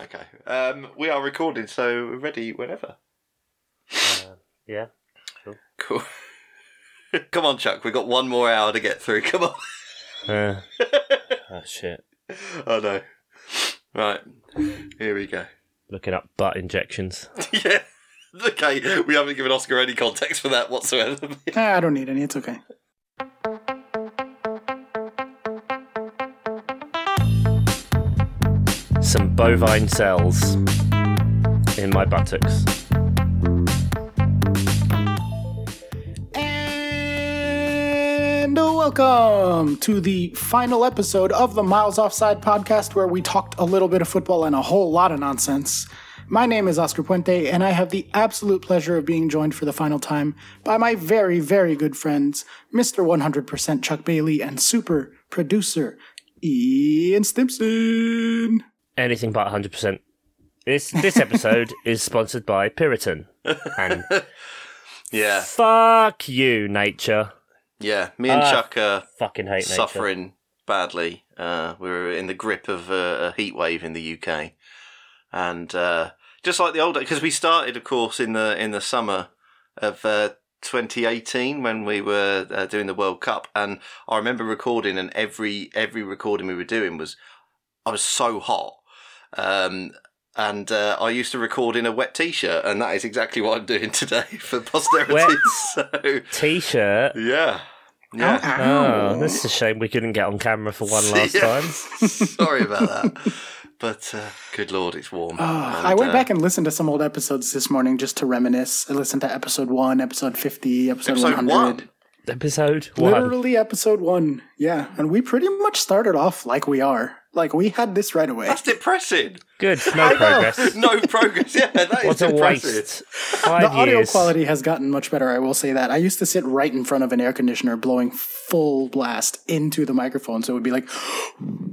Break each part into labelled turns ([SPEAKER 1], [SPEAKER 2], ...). [SPEAKER 1] Okay. Um, we are recording, so we're ready whenever.
[SPEAKER 2] Um, yeah.
[SPEAKER 1] Cool. Come on, Chuck. We've got one more hour to get through. Come on.
[SPEAKER 2] Uh, oh shit.
[SPEAKER 1] Oh, no. Right. Here we go.
[SPEAKER 2] Looking up butt injections.
[SPEAKER 1] yeah. Okay. We haven't given Oscar any context for that whatsoever.
[SPEAKER 3] Ah, I don't need any. It's okay.
[SPEAKER 2] Some bovine cells in my buttocks.
[SPEAKER 3] And welcome to the final episode of the Miles Offside podcast, where we talked a little bit of football and a whole lot of nonsense. My name is Oscar Puente, and I have the absolute pleasure of being joined for the final time by my very, very good friends, Mr. 100% Chuck Bailey and super producer Ian Stimpson.
[SPEAKER 2] Anything but 100%. This, this episode is sponsored by Puritan. And
[SPEAKER 1] Yeah.
[SPEAKER 2] fuck you, nature.
[SPEAKER 1] Yeah. Me and
[SPEAKER 2] Ah,
[SPEAKER 1] Chuck are
[SPEAKER 2] Fucking hate nature.
[SPEAKER 1] suffering badly. Uh, we were in the grip of a, a heat wave in the UK, and uh, just like the old, because we started, of course, in the in the summer of uh, 2018 when we were uh, doing the World Cup, and I remember recording, and every every recording we were doing was, I was so hot. Um, and uh, I used to record in a wet t-shirt, and that is exactly what I'm doing today for posterity.
[SPEAKER 2] Wet.
[SPEAKER 1] So,
[SPEAKER 2] T shirt.
[SPEAKER 1] yeah, yeah.
[SPEAKER 3] Ow,
[SPEAKER 2] Oh, this is a shame we couldn't get on camera for one
[SPEAKER 1] See
[SPEAKER 2] last
[SPEAKER 1] ya.
[SPEAKER 2] time.
[SPEAKER 1] Sorry about that. But uh, good lord, it's warm.
[SPEAKER 3] Ah,
[SPEAKER 1] And,
[SPEAKER 3] I went
[SPEAKER 1] uh,
[SPEAKER 3] back and listened to some old episodes this morning just to reminisce. I listened to episode one, episode 50, episode,
[SPEAKER 1] episode
[SPEAKER 3] 100.
[SPEAKER 1] one.
[SPEAKER 2] Episode one.
[SPEAKER 3] Literally episode one. Yeah. And we pretty much started off like we are. Like we had this right away.
[SPEAKER 1] That's depressing.
[SPEAKER 2] Good. No progress.
[SPEAKER 1] No progress. Yeah, that is
[SPEAKER 2] What a
[SPEAKER 1] depressing.
[SPEAKER 2] waste. Five
[SPEAKER 3] The audio
[SPEAKER 2] years.
[SPEAKER 3] quality has gotten much better, I will say that. I used to sit right in front of an air conditioner blowing full blast into the microphone, so it would be like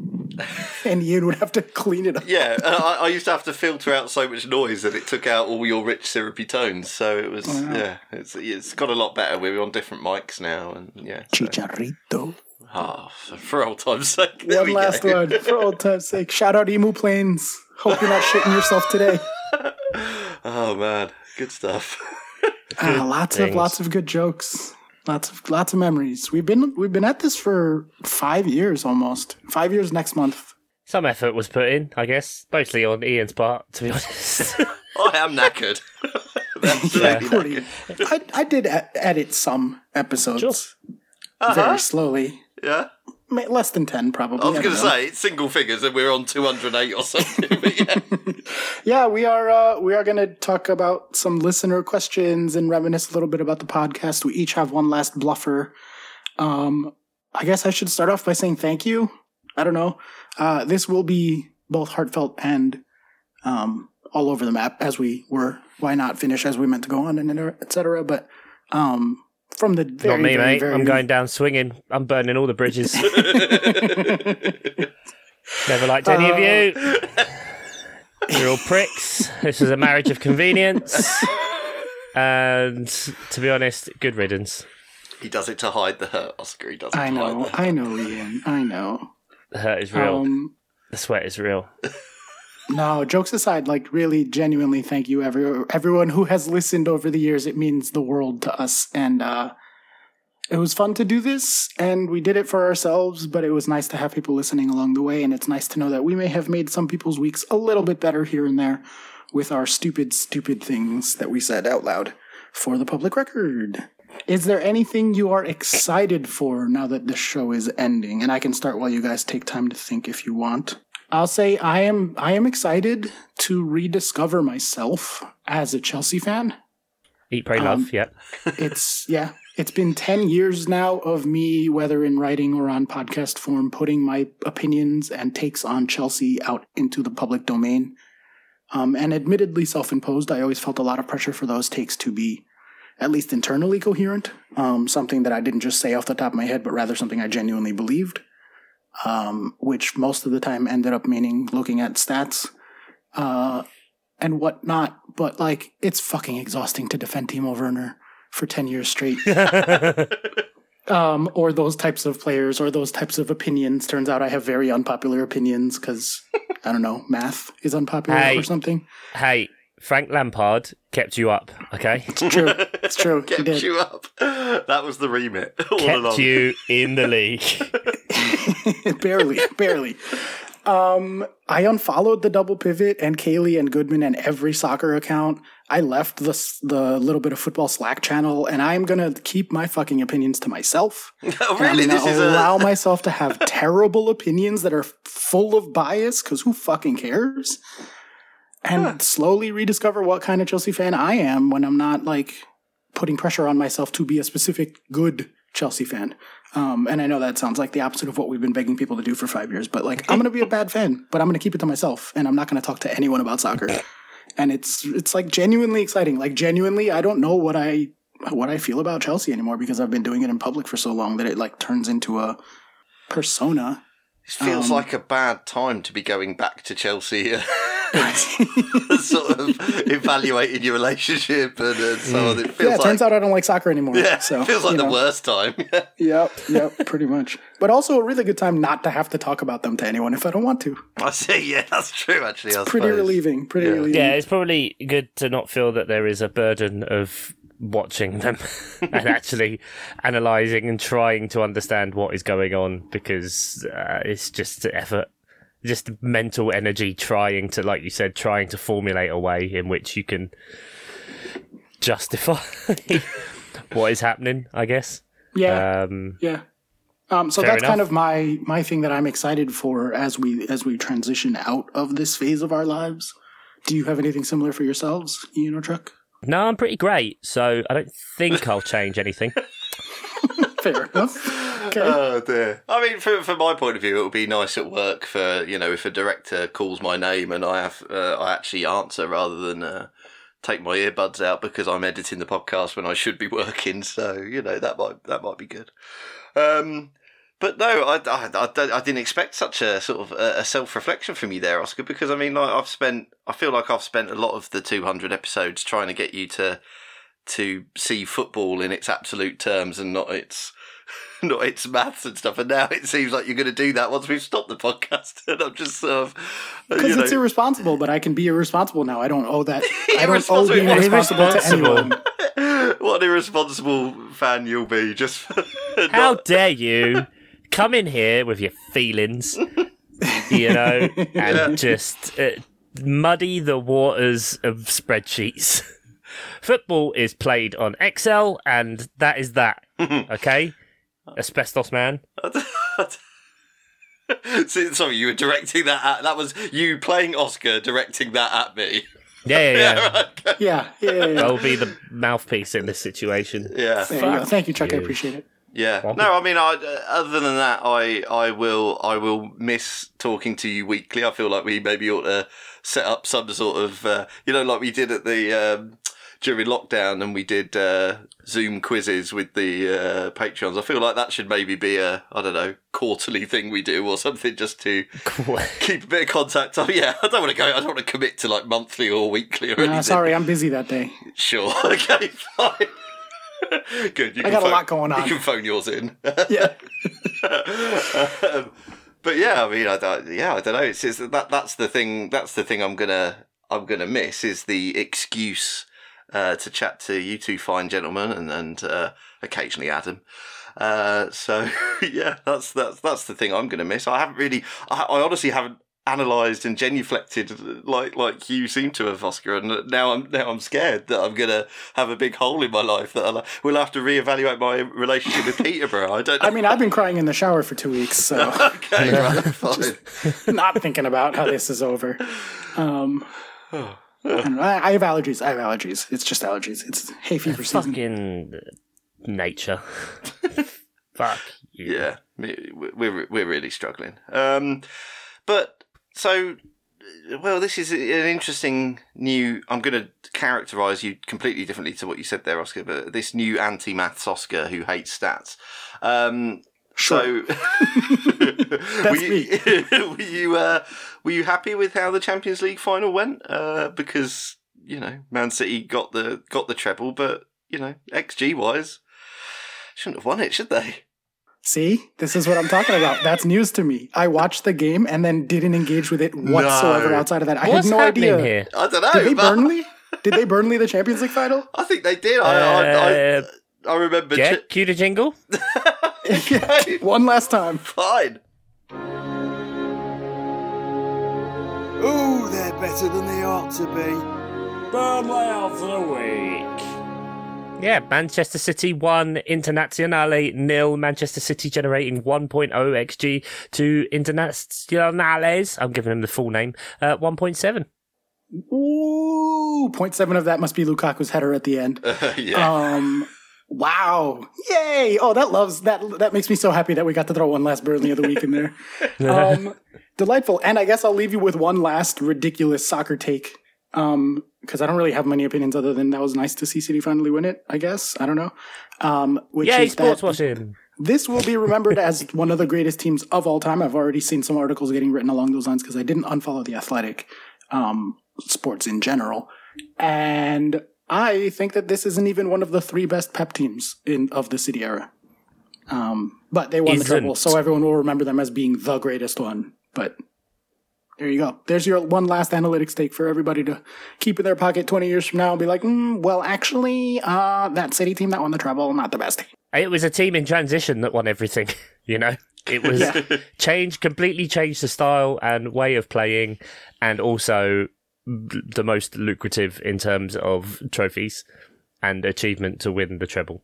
[SPEAKER 3] and Ian would have to clean it up.
[SPEAKER 1] Yeah, and I, I used to have to filter out so much noise that it took out all your rich syrupy tones. So it was,
[SPEAKER 3] Oh,
[SPEAKER 1] yeah, it's it's got a lot better. We're on different mics now, and yeah, so-
[SPEAKER 3] Chicharrito.
[SPEAKER 1] Ah, for, for old times' sake. There
[SPEAKER 3] One
[SPEAKER 1] we
[SPEAKER 3] last
[SPEAKER 1] go.
[SPEAKER 3] one for old time's sake. Shout out Emu Planes. Hope you're not shitting yourself today.
[SPEAKER 1] Oh man, good stuff.
[SPEAKER 3] Ah, lots
[SPEAKER 2] things.
[SPEAKER 3] of lots of good jokes. Lots of lots of memories. We've been we've been at this for five years almost. Five years next month.
[SPEAKER 2] Some effort was put in, I guess, mostly on Ian's part, to be honest.
[SPEAKER 1] I am knackered. Absolutely knackered.
[SPEAKER 3] Pretty. I, I did e- edit some episodes
[SPEAKER 2] Sure.
[SPEAKER 3] very slowly,
[SPEAKER 1] Yeah.
[SPEAKER 3] Ma- less than ten probably.
[SPEAKER 1] Uh-huh. I was
[SPEAKER 3] I
[SPEAKER 1] going to
[SPEAKER 3] don't know.
[SPEAKER 1] say it's single figures, and we're on two hundred eight or something. but yeah.
[SPEAKER 3] yeah, we are uh, we are going to talk about some listener questions and reminisce a little bit about the podcast. We each have one last bluffer. Um, I guess I should start off by saying thank you. I don't know. Uh, this will be both heartfelt and um, all over the map as we were. Why not finish as we meant to go on and etc. But um, from the very,
[SPEAKER 2] Not me,
[SPEAKER 3] very,
[SPEAKER 2] mate.
[SPEAKER 3] very
[SPEAKER 2] I'm going down swinging. I'm burning all the bridges. Never liked any of you. You're all pricks. This is a marriage of convenience. And to be honest, good riddance.
[SPEAKER 1] He does it to hide the hurt, Oscar. He does it
[SPEAKER 3] I
[SPEAKER 1] to hide
[SPEAKER 3] know,
[SPEAKER 1] the hurt.
[SPEAKER 3] I know, Ian. I know.
[SPEAKER 2] The hurt is real.
[SPEAKER 3] Um,
[SPEAKER 2] the sweat is real.
[SPEAKER 3] No, jokes aside, like really genuinely thank you every, everyone who has listened over the years. It means the world to us and uh it was fun to do this and we did it for ourselves, but it was nice to have people listening along the way and it's nice to know that we may have made some people's weeks a little bit better here and there with our stupid stupid things that we said out loud for the public record. Is there anything you are excited for now that the show is ending? And I can start while you guys take time to think if you want. I'll say I am I am excited to rediscover myself as a Chelsea fan.
[SPEAKER 2] Eat, pray,
[SPEAKER 3] Um,
[SPEAKER 2] love. Yeah.
[SPEAKER 3] It's yeah, it's been 10 years now of me whether in writing or on podcast form putting my opinions and takes on Chelsea out into the public domain. Um, and admittedly self-imposed, I always felt a lot of pressure for those takes to be at least internally coherent, um, something that I didn't just say off the top of my head, but rather something I genuinely believed um, which most of the time ended up meaning looking at stats uh, and whatnot. But like, it's fucking exhausting to defend Timo Werner for ten years straight, um, or those types of players, or those types of opinions. Turns out I have very unpopular opinions because I don't know, math is unpopular
[SPEAKER 2] Hey.
[SPEAKER 3] or something.
[SPEAKER 2] Hey, Frank Lampard kept you up, okay?
[SPEAKER 3] It's true. It's true. He
[SPEAKER 1] Kept
[SPEAKER 3] did.
[SPEAKER 1] you up. That was the remit all
[SPEAKER 2] kept
[SPEAKER 1] along.
[SPEAKER 2] you in the league.
[SPEAKER 3] barely, barely. Um, I unfollowed the double pivot and Kaylee and Goodman and every soccer account. I left the s- the little bit of football Slack channel, and I'm gonna keep my fucking opinions to myself.
[SPEAKER 1] Oh,
[SPEAKER 3] And
[SPEAKER 1] really?
[SPEAKER 3] I'm
[SPEAKER 1] This
[SPEAKER 3] gonna
[SPEAKER 1] is
[SPEAKER 3] allow
[SPEAKER 1] a.
[SPEAKER 3] myself to have terrible opinions that are full of bias because who fucking cares? And slowly rediscover what kind of Chelsea fan I am when I'm not like putting pressure on myself to be a specific good Chelsea fan. Um, and I know that sounds like the opposite of what we've been begging people to do for five years, but like I'm gonna be a bad fan, but I'm gonna keep it to myself, and I'm not gonna talk to anyone about soccer. And it's it's like genuinely exciting. Like genuinely, I don't know what I what I feel about Chelsea anymore because I've been doing it in public for so long that it like turns into a persona.
[SPEAKER 1] It feels
[SPEAKER 3] um,
[SPEAKER 1] like a bad time to be going back to Chelsea. sort of evaluating your relationship and, and so on. It feels
[SPEAKER 3] Mm. yeah, it
[SPEAKER 1] like.
[SPEAKER 3] turns out I don't like soccer anymore.
[SPEAKER 1] yeah,
[SPEAKER 3] so
[SPEAKER 1] it feels like
[SPEAKER 3] you
[SPEAKER 1] the
[SPEAKER 3] know.
[SPEAKER 1] worst time.
[SPEAKER 3] Yep, yep, pretty much. But also a really good time not to have to talk about them to anyone if I don't want to.
[SPEAKER 1] I see. Yeah, that's true. Actually, I
[SPEAKER 3] Pretty
[SPEAKER 1] suppose.
[SPEAKER 3] relieving. Pretty
[SPEAKER 1] Yeah.
[SPEAKER 3] relieving.
[SPEAKER 2] yeah, it's probably good to not feel that there is a burden of watching them and actually analyzing and trying to understand what is going on because uh, it's just effort just mental energy trying to like you said trying to formulate a way in which you can justify what is happening i guess
[SPEAKER 3] yeah.
[SPEAKER 2] um
[SPEAKER 3] Yeah. Um, so
[SPEAKER 2] Fair
[SPEAKER 3] that's
[SPEAKER 2] enough.
[SPEAKER 3] kind of my my thing that I'm excited for as we as we transition out of this phase of our lives. Do you have anything similar for yourselves, Ian or Truck?
[SPEAKER 2] no i'm pretty great so i don't think i'll change anything
[SPEAKER 3] Fair enough. Okay.
[SPEAKER 1] Oh dear. I mean, from, from my point of view, it would be nice at work for you know if a director calls my name and I have uh, I actually answer rather than uh, take my earbuds out because I'm editing the podcast when I should be working. So you know that might that might be good. Um, but no, I, I, I, don't- I didn't expect such a sort of a, a self reflection from you there, Oscar. Because I mean, like I've spent I feel like I've spent a lot of the 200 episodes trying to get you to to see football in its absolute terms and not its not its maths and stuff. And now it seems like you're going to do that once we've stopped the podcast. And I'm just sort of, you
[SPEAKER 3] Because
[SPEAKER 1] know,
[SPEAKER 3] it's irresponsible, but I can be irresponsible now. I don't owe that. I don't owe
[SPEAKER 1] Irresponsible.
[SPEAKER 3] being irresponsible to
[SPEAKER 2] Irresponsible.
[SPEAKER 3] anyone.
[SPEAKER 1] what an irresponsible fan you'll be. Just for
[SPEAKER 2] How
[SPEAKER 1] not-
[SPEAKER 2] dare you come in here with your feelings, you know, and just uh, muddy the waters of spreadsheets. Football is played on Excel, and that is that. Okay, asbestos man.
[SPEAKER 1] See, Sorry, you were directing that at. That was you playing Oscar directing that at me.
[SPEAKER 2] Yeah, yeah, yeah.
[SPEAKER 3] Yeah. Yeah. yeah, yeah.
[SPEAKER 2] I'll be the mouthpiece in this situation.
[SPEAKER 1] Yeah.
[SPEAKER 3] There you go.
[SPEAKER 2] fuck
[SPEAKER 3] Thank you, Chuck. I
[SPEAKER 2] you.
[SPEAKER 3] appreciate it.
[SPEAKER 1] Yeah. No, I mean, I, uh, other than that, I, I will I will miss talking to you weekly. I feel like we maybe ought to set up some sort of uh, you know like we did at the um, during lockdown and we did uh, Zoom quizzes with the uh, patrons. I feel like that should maybe be a I don't know quarterly thing we do or something just to keep a bit of contact. Oh yeah, I don't want to go. I don't want to commit to like monthly or weekly or anything.
[SPEAKER 3] Uh, sorry, I'm busy that day.
[SPEAKER 1] Sure. Okay. Fine. Good. You can
[SPEAKER 3] I got a
[SPEAKER 1] phone-
[SPEAKER 3] lot going on.
[SPEAKER 1] You can phone yours in.
[SPEAKER 3] Yeah.
[SPEAKER 1] Um, but yeah, I mean, I don't, yeah, I don't know. It's, it's that that's the thing. That's the thing I'm gonna I'm gonna miss is the excuse uh, to chat to you two fine gentlemen and and uh, occasionally Adam. Uh, so yeah, that's that's that's the thing I'm gonna miss. I haven't really, I, I honestly haven't analysed and genuflected like like you seem to have, Oscar. And now I'm now I'm scared that I'm gonna have a big hole in my life that I'll, we'll have to reevaluate my relationship with Peterborough. I don't.
[SPEAKER 3] I mean, I've been crying in the shower for two weeks, so
[SPEAKER 1] Okay, right, fine.
[SPEAKER 3] not thinking about how this is over. Um, I, don't know. I I have allergies. I have allergies. It's just allergies. It's hay fever season.
[SPEAKER 2] Fucking nature. Fuck you.
[SPEAKER 1] Yeah, me- we're we're really struggling. Um, but so, well, this is an interesting new. I'm going to characterise you completely differently to what you said there, Oscar. But this new anti-maths Oscar who hates stats. Um,
[SPEAKER 3] Sure.
[SPEAKER 1] So, were
[SPEAKER 3] That's
[SPEAKER 1] you, were you uh, were you happy with how the Champions League final went? Uh, because you know, Man City got the got the treble, but you know, XG wise, shouldn't have won it, should they?
[SPEAKER 3] See, this is what I'm talking about. That's news to me. I watched the game and then didn't engage with it whatsoever
[SPEAKER 1] No.
[SPEAKER 3] outside of that. I
[SPEAKER 2] What's
[SPEAKER 3] had no
[SPEAKER 2] happening
[SPEAKER 3] idea.
[SPEAKER 2] here?
[SPEAKER 1] I don't know.
[SPEAKER 3] Did they
[SPEAKER 1] but
[SPEAKER 3] Burnley? Did they Burnley the Champions League final?
[SPEAKER 1] I think they did. I,
[SPEAKER 2] Uh,
[SPEAKER 1] I, I, I remember.
[SPEAKER 2] yeah,
[SPEAKER 1] chi-
[SPEAKER 2] cue the jingle.
[SPEAKER 1] Okay,
[SPEAKER 3] One last time.
[SPEAKER 1] fine.
[SPEAKER 4] Ooh, they're better than they ought to be.
[SPEAKER 2] Burnley of the week. Yeah, Manchester City 1, Internazionale nil. Manchester City generating 1.0 XG to Internazionales. I'm giving them the full name. Uh, 1.7.
[SPEAKER 3] Ooh, 0.7 of that must be Lukaku's header at the end.
[SPEAKER 1] yeah.
[SPEAKER 2] Oh,
[SPEAKER 3] Um, wow. Yay. Oh, that loves that. That makes me so happy that we got to throw one last Burnley of the week in there. um, delightful. And I guess I'll leave you with one last ridiculous soccer take. Um, because I don't really have many opinions other than that was nice to see City finally win it, I guess. I don't know. Um, which
[SPEAKER 2] Yay,
[SPEAKER 3] is
[SPEAKER 2] sports
[SPEAKER 3] that
[SPEAKER 2] watching.
[SPEAKER 3] this will be remembered as one of the greatest teams of all time. I've already seen some articles getting written along those lines because I didn't unfollow the athletic um, sports in general. And I think that this isn't even one of the three best pep teams in of the city era. Um, but they won the
[SPEAKER 2] Isn't.
[SPEAKER 3] treble, so everyone will remember them as being the greatest one. But there you go. There's your one last analytics take for everybody to keep in their pocket 20 years from now and be like, mm, well, actually, uh, that city team that won the treble, not the best team.
[SPEAKER 2] It was a team in transition that won everything, you know? It was
[SPEAKER 3] Yeah.
[SPEAKER 2] changed, completely changed the style and way of playing, and also the most lucrative in terms of trophies and achievement to win the treble.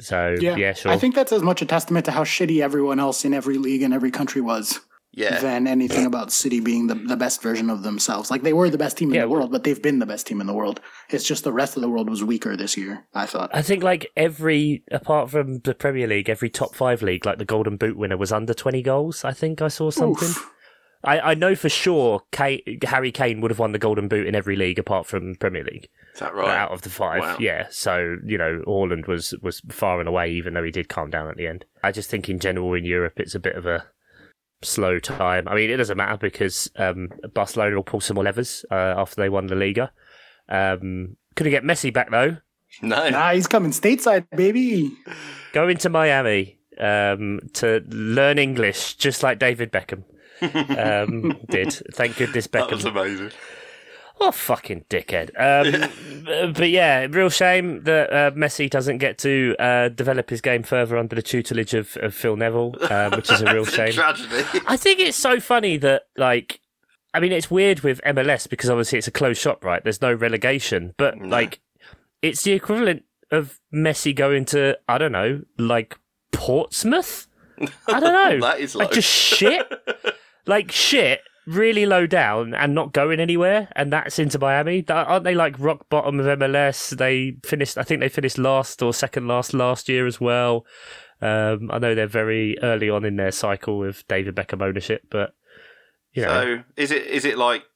[SPEAKER 2] So, yeah, sure.
[SPEAKER 3] I think that's as much a testament to how shitty everyone else in every league and every country was
[SPEAKER 1] Yeah.
[SPEAKER 3] than anything about City being the, the best version of themselves. Like they were the best team in
[SPEAKER 2] Yeah,
[SPEAKER 3] the world, but they've been the best team in the world. It's just the rest of the world was weaker this year, I thought.
[SPEAKER 2] I think like every apart from the Premier League, every top five league, like the Golden Boot winner was under twenty goals. I think I saw something.
[SPEAKER 3] Oof.
[SPEAKER 2] I, I know for sure Kay, Harry Kane would have won the Golden Boot in every league apart from Premier League
[SPEAKER 1] Is that right?
[SPEAKER 2] out of the five.
[SPEAKER 1] Wow.
[SPEAKER 2] Yeah, so you know Orland was was far and away, even though he did calm down at the end. I just think in general in Europe it's a bit of a slow time. I mean it doesn't matter because um, Barcelona will pull some more levers uh, after they won the Liga. Um, couldn't get Messi back though.
[SPEAKER 1] No.
[SPEAKER 3] Nah, he's coming stateside, baby.
[SPEAKER 2] going to Miami um, to learn English, just like David Beckham um, did. Thank goodness
[SPEAKER 1] That was
[SPEAKER 2] Beckham.
[SPEAKER 1] amazing.
[SPEAKER 2] Oh, fucking dickhead. Um, but yeah, real shame that uh, Messi doesn't get to uh, develop his game further under the tutelage of, of Phil Neville, uh, which is a real shame.
[SPEAKER 1] Tragedy.
[SPEAKER 2] I think it's so funny that like I mean it's weird with MLS because obviously it's a closed shop, right? There's no relegation, but
[SPEAKER 1] No.
[SPEAKER 2] like it's the equivalent of Messi going to I don't know, like Portsmouth. I don't know.
[SPEAKER 1] That is
[SPEAKER 2] like
[SPEAKER 1] low.
[SPEAKER 2] just shit. like shit. Really low down and not going anywhere, and that's into Miami. Th- Aren't they like rock bottom of MLS? They finished, I think they finished last or second last last year as well. Um, I know they're very early on in their cycle with David Beckham ownership, but you know,
[SPEAKER 1] So is it is it like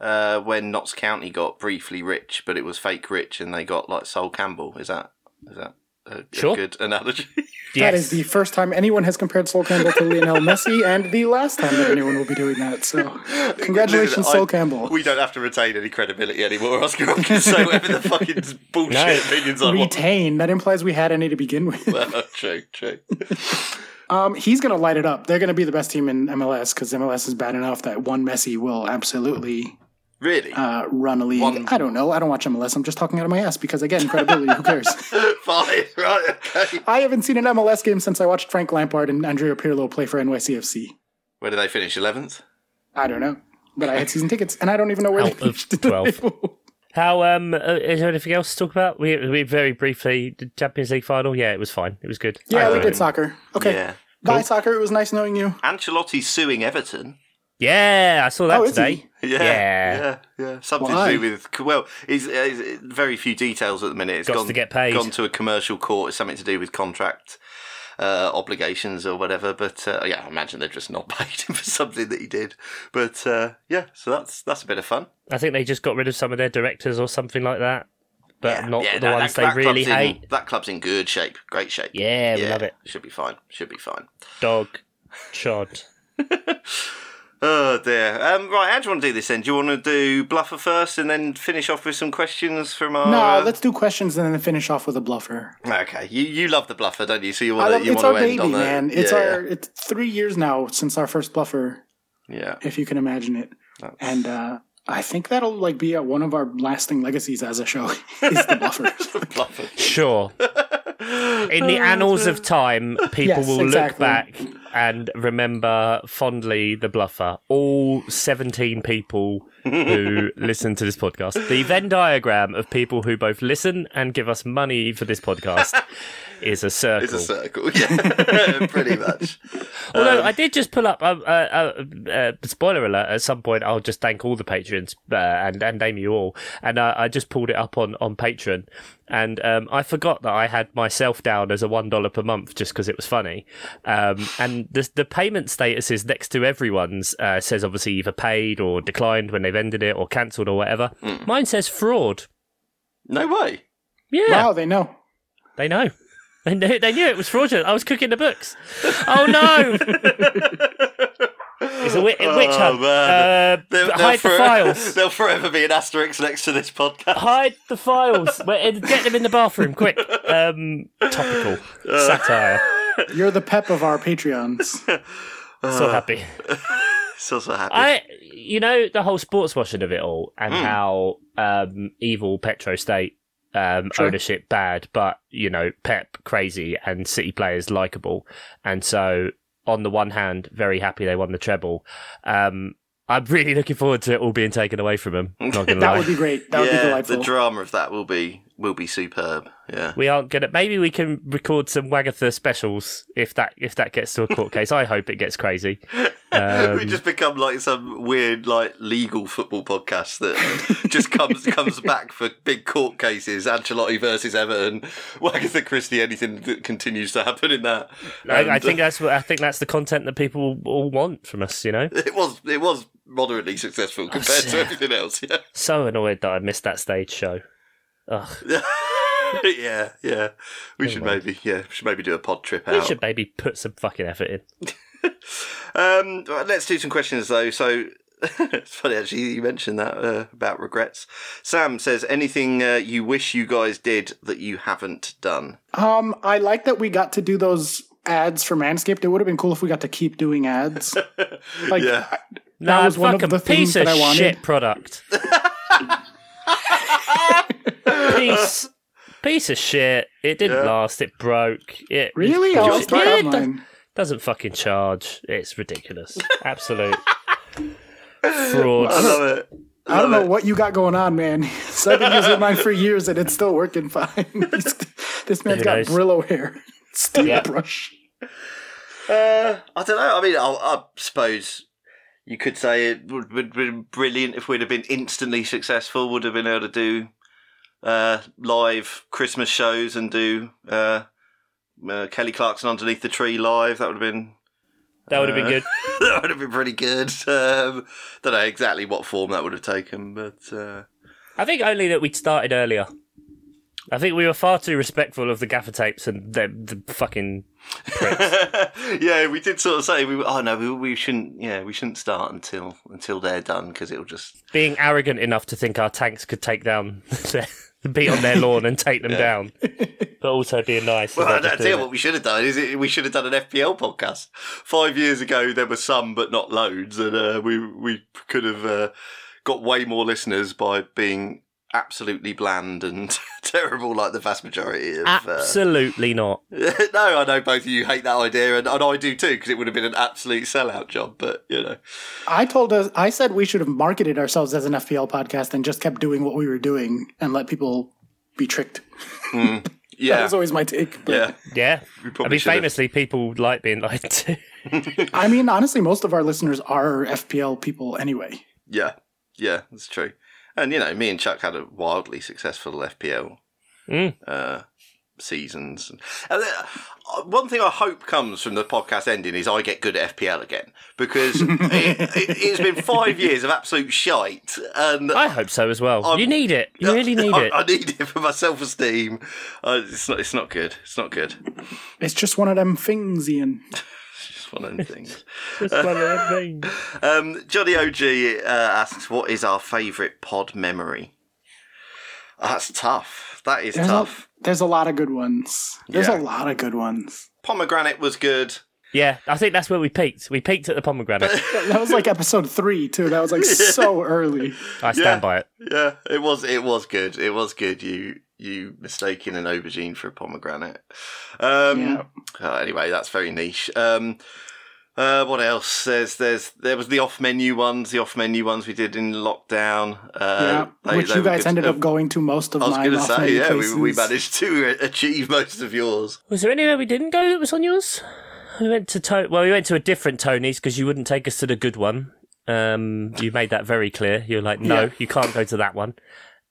[SPEAKER 1] uh, when Notts County got briefly rich, but it was fake rich, and they got like Sol Campbell? Is that is that a, a
[SPEAKER 2] Sure.
[SPEAKER 1] good analogy?
[SPEAKER 3] That is the first time anyone has compared Sol Campbell to Lionel Messi, and the last time that anyone will be doing that. So, congratulations,
[SPEAKER 1] I-
[SPEAKER 3] Sol Campbell.
[SPEAKER 1] We don't have to retain any credibility anymore, Oscar. I can say whatever the fucking bullshit
[SPEAKER 2] No.
[SPEAKER 1] opinions I want.
[SPEAKER 3] Retain. That implies we had any to begin with.
[SPEAKER 1] Well, true, true.
[SPEAKER 3] Um, he's going to light it up. They're going to be the best team in MLS because MLS is bad enough that one Messi will absolutely
[SPEAKER 1] Really?
[SPEAKER 3] uh, run a league.
[SPEAKER 1] One-
[SPEAKER 3] I don't know. I don't watch MLS. I'm just talking out of my ass because again, credibility. who cares?
[SPEAKER 1] Fine, right, okay.
[SPEAKER 3] I haven't seen an MLS game since I watched Frank Lampard and Andrea Pirlo play for NYCFC.
[SPEAKER 1] Where did they finish? 11th?
[SPEAKER 3] I don't know, but I had season tickets and I don't even know where.
[SPEAKER 2] Out
[SPEAKER 3] they-
[SPEAKER 2] of 12. how um uh, is there anything else to talk about? We, we very briefly the Champions League final. Yeah, it was fine. It was good.
[SPEAKER 3] yeah, we
[SPEAKER 2] enjoyed
[SPEAKER 3] did
[SPEAKER 2] it.
[SPEAKER 3] soccer. Okay,
[SPEAKER 1] Yeah.
[SPEAKER 3] bye soccer. It was nice knowing you.
[SPEAKER 1] Ancelotti's suing Everton.
[SPEAKER 2] Yeah, I saw that
[SPEAKER 3] Oh, is
[SPEAKER 2] today.
[SPEAKER 3] he?
[SPEAKER 1] Yeah,
[SPEAKER 2] Yeah.
[SPEAKER 1] yeah, yeah. Something
[SPEAKER 3] Why?
[SPEAKER 1] to do with well, it's, it's uh, very few details at the minute. It's
[SPEAKER 2] Gots
[SPEAKER 1] gone
[SPEAKER 2] to get paid.
[SPEAKER 1] Gone to a commercial court. It's something to do with contract uh, obligations or whatever. But uh, yeah, I imagine they're just not paid him for something that he did. But uh, yeah, so that's that's a bit of fun.
[SPEAKER 2] I think they just got rid of some of their directors or something like that, but
[SPEAKER 1] yeah,
[SPEAKER 2] Uh, not
[SPEAKER 1] yeah,
[SPEAKER 2] the
[SPEAKER 1] no,
[SPEAKER 2] ones
[SPEAKER 1] that-
[SPEAKER 2] they
[SPEAKER 1] that
[SPEAKER 2] really
[SPEAKER 1] club's in-
[SPEAKER 2] hate.
[SPEAKER 1] that club's in good shape, great shape.
[SPEAKER 2] Yeah, we love it.
[SPEAKER 1] Should be fine. Should be fine.
[SPEAKER 2] Dog, chod.
[SPEAKER 1] Oh dear. Um, right, how do you want to do this then? Do you want to do bluffer first and then finish off with some questions from our?
[SPEAKER 3] No,
[SPEAKER 1] uh,
[SPEAKER 3] let's do questions and then finish off with a bluffer.
[SPEAKER 1] Okay, you you love the bluffer, don't you? So you
[SPEAKER 3] I
[SPEAKER 1] want
[SPEAKER 3] love,
[SPEAKER 1] to you
[SPEAKER 3] it's
[SPEAKER 1] want
[SPEAKER 3] our
[SPEAKER 1] to end
[SPEAKER 3] baby,
[SPEAKER 1] on that.
[SPEAKER 3] man. It's
[SPEAKER 1] yeah,
[SPEAKER 3] our. It's three years now since our first bluffer,
[SPEAKER 1] yeah.
[SPEAKER 3] if you can imagine it.
[SPEAKER 1] That's-
[SPEAKER 3] And uh, I think that'll like be uh, one of our lasting legacies as a show is the bluffer.
[SPEAKER 1] The bluffer.
[SPEAKER 2] Sure. In the annals of time, people
[SPEAKER 3] Yes,
[SPEAKER 2] will
[SPEAKER 3] exactly.
[SPEAKER 2] look back and remember fondly the bluffer. All 17 people who listen to this podcast. The Venn diagram of people who both listen and give us money for this podcast is a circle.
[SPEAKER 1] It's a circle, yeah, pretty much.
[SPEAKER 2] Although I did just pull up a, uh uh uh spoiler alert. At some point, I'll just thank all the patrons uh, and and name you all. And uh, I just pulled it up on on Patreon, and um, I forgot that I had myself down as a one dollar per month just because it was funny. Um, and the the payment status is next to everyone's uh, says obviously either paid or declined when they've ended it or cancelled or whatever. Mine says fraud.
[SPEAKER 1] No way.
[SPEAKER 2] Yeah.
[SPEAKER 3] Wow, they know.
[SPEAKER 2] They know. They knew, they knew it was fraudulent. I was cooking the books. Oh no! it's a, wi- a witch
[SPEAKER 1] Oh,
[SPEAKER 2] hunt.
[SPEAKER 1] man.
[SPEAKER 2] Uh, hide the
[SPEAKER 1] for-
[SPEAKER 2] files.
[SPEAKER 1] There'll forever be an asterisk next to this podcast.
[SPEAKER 2] Hide the files. Wait, and Get them in the bathroom, quick. Um, topical
[SPEAKER 3] Uh.
[SPEAKER 2] satire.
[SPEAKER 3] You're the pep of our Patreons. Uh.
[SPEAKER 2] So happy.
[SPEAKER 1] So so happy.
[SPEAKER 2] I, you know, the whole sports washing of it all, and
[SPEAKER 3] Hmm.
[SPEAKER 2] how um, evil Petro State um,
[SPEAKER 3] Sure.
[SPEAKER 2] ownership bad, but you know Pep crazy and City players likable, and so on the one hand, very happy they won the treble. Um, I'm really looking forward to it all being taken away from them. Not gonna
[SPEAKER 3] That
[SPEAKER 2] lie.
[SPEAKER 3] would be great. That would be
[SPEAKER 1] yeah,
[SPEAKER 3] delightful.
[SPEAKER 1] the drama of that will be will be superb. Yeah.
[SPEAKER 2] we aren't gonna. Maybe we can record some Wagatha specials if that if that gets to a court case. I hope it gets crazy. Um,
[SPEAKER 1] we just become like some weird, like legal football podcast that just comes comes back for big court cases. Ancelotti versus Everton, Wagatha Christie. Anything that continues to happen in that.
[SPEAKER 2] I, I
[SPEAKER 1] And,
[SPEAKER 2] think that's what I think that's the content that people all want from us. You know.
[SPEAKER 1] uh, it was it was moderately successful compared to
[SPEAKER 2] Oh, shit.
[SPEAKER 1] everything else. Yeah.
[SPEAKER 2] so annoyed that I missed that stage show. Ugh.
[SPEAKER 1] yeah, yeah. We should
[SPEAKER 2] Anyway.
[SPEAKER 1] maybe, yeah, we should maybe do a pod trip out.
[SPEAKER 2] Oh, We should maybe put some fucking effort in.
[SPEAKER 1] Um, right, let's do some questions though. So it's funny actually you mentioned that uh, about regrets. Sam says anything uh, you wish you guys did that you haven't done.
[SPEAKER 3] Um, I like that we got to do those ads for Manscaped. It would have been cool if we got to keep doing ads. Like,
[SPEAKER 1] yeah,
[SPEAKER 2] Nah,
[SPEAKER 3] was one of
[SPEAKER 2] fucking
[SPEAKER 3] the things
[SPEAKER 2] piece of
[SPEAKER 3] that I wanted.
[SPEAKER 2] shit product. piece, piece of shit. It didn't
[SPEAKER 1] Yeah.
[SPEAKER 2] last. It broke. It
[SPEAKER 3] Really? I was
[SPEAKER 2] It,
[SPEAKER 3] proud
[SPEAKER 2] yeah,
[SPEAKER 3] of
[SPEAKER 2] it do-
[SPEAKER 3] mine.
[SPEAKER 2] doesn't fucking charge. It's ridiculous. Absolute fraud.
[SPEAKER 1] I love it.
[SPEAKER 3] I don't know what you got going on, man. So I've been using mine for years and it's still working fine. this man's
[SPEAKER 2] Who
[SPEAKER 3] got
[SPEAKER 2] knows?
[SPEAKER 3] Brillo hair, steel
[SPEAKER 2] Yeah.
[SPEAKER 3] brush.
[SPEAKER 1] Uh, I don't know. I mean, I, I suppose you could say it would would been brilliant if we'd have been instantly successful. Would have been able to do uh, live Christmas shows and do uh, uh, Kelly Clarkson underneath the tree live. That would have been
[SPEAKER 2] That would have been good.
[SPEAKER 1] that would have been pretty good. Um, don't know exactly what form that would have taken, but uh,
[SPEAKER 2] I think only that we'd started earlier. I think we were far too respectful of the gaffer tapes and the, the fucking
[SPEAKER 1] yeah, we did sort of say we. were- Oh no, we, we shouldn't. Yeah, we shouldn't start until until they're done because it'll just.
[SPEAKER 2] being arrogant enough to think our tanks could take down their, be on their lawn and take them down, but also being nice.
[SPEAKER 1] Well, I
[SPEAKER 2] about
[SPEAKER 1] don't
[SPEAKER 2] just
[SPEAKER 1] tell you
[SPEAKER 2] doing
[SPEAKER 1] what we should have done is it, we should have done an FPL podcast five years ago. There were some, but not loads, and uh, we we could have uh, got way more listeners by being absolutely bland and terrible, like the vast majority of.
[SPEAKER 2] it.
[SPEAKER 1] uh,
[SPEAKER 2] Absolutely not.
[SPEAKER 1] no, I know both of you hate that idea, and, and I do too, because it would have been an absolute sellout job. But you know,
[SPEAKER 3] I told us, I said we should have marketed ourselves as an FPL podcast and just kept doing what we were doing and let people be tricked. That
[SPEAKER 1] yeah,
[SPEAKER 3] was always my take. but-
[SPEAKER 1] yeah,
[SPEAKER 2] Yeah, I
[SPEAKER 1] probably
[SPEAKER 2] mean,
[SPEAKER 1] should have.
[SPEAKER 2] famously, people like being lied to.
[SPEAKER 3] I mean, honestly, most of our listeners are FPL people anyway.
[SPEAKER 1] yeah, yeah. That's true. And you know, me and Chuck had a wildly successful FPL
[SPEAKER 2] Mm.
[SPEAKER 1] uh, seasons. And then, uh, one thing I hope comes from the podcast ending is I get good at FPL again because it, it, it's been five years of absolute shite, and
[SPEAKER 2] I hope so as well.
[SPEAKER 1] I'm-
[SPEAKER 2] you need it. You really need
[SPEAKER 1] I,
[SPEAKER 2] it.
[SPEAKER 1] I need it for my self esteem. Uh, it's not. It's not good. It's not good.
[SPEAKER 3] It's just one of them things, Ian.
[SPEAKER 1] just one of them things.
[SPEAKER 2] Just one of them things.
[SPEAKER 1] Um, Johnny OG uh, asks, "What is our favourite pod memory?" Ah, That's tough. That is
[SPEAKER 3] There's a,
[SPEAKER 1] tough.
[SPEAKER 3] there's a lot of good ones. There's
[SPEAKER 1] Yeah.
[SPEAKER 3] a lot of good ones.
[SPEAKER 1] Pomegranate was good.
[SPEAKER 2] Yeah, I think that's where we peaked. We peaked at the pomegranate.
[SPEAKER 3] That was like episode three too. That was like so early.
[SPEAKER 2] I stand
[SPEAKER 1] Yeah.
[SPEAKER 2] by it.
[SPEAKER 1] Yeah, it was. It was good. It was good. You you mistaking an aubergine for a pomegranate. Um,
[SPEAKER 3] Yeah.
[SPEAKER 1] uh, anyway, that's very niche. Um, uh, what else? There's there's there was the off menu ones. The off menu ones we did in lockdown. Uh,
[SPEAKER 3] yeah,
[SPEAKER 1] they-
[SPEAKER 3] which
[SPEAKER 1] they
[SPEAKER 3] you
[SPEAKER 1] were
[SPEAKER 3] guys
[SPEAKER 1] good
[SPEAKER 3] ended
[SPEAKER 1] to-
[SPEAKER 3] up going to most of
[SPEAKER 1] I was
[SPEAKER 3] mine.
[SPEAKER 1] going to
[SPEAKER 3] off
[SPEAKER 1] say,
[SPEAKER 3] many
[SPEAKER 1] yeah, we, we
[SPEAKER 3] places.
[SPEAKER 1] managed to achieve most of yours.
[SPEAKER 2] Was there anywhere we didn't go that was on yours? We went to to- well, we went to a different Tony's because you wouldn't take us to the good one. Um, you made that very clear. You were like, no,
[SPEAKER 3] Yeah.
[SPEAKER 2] you can't go to that one.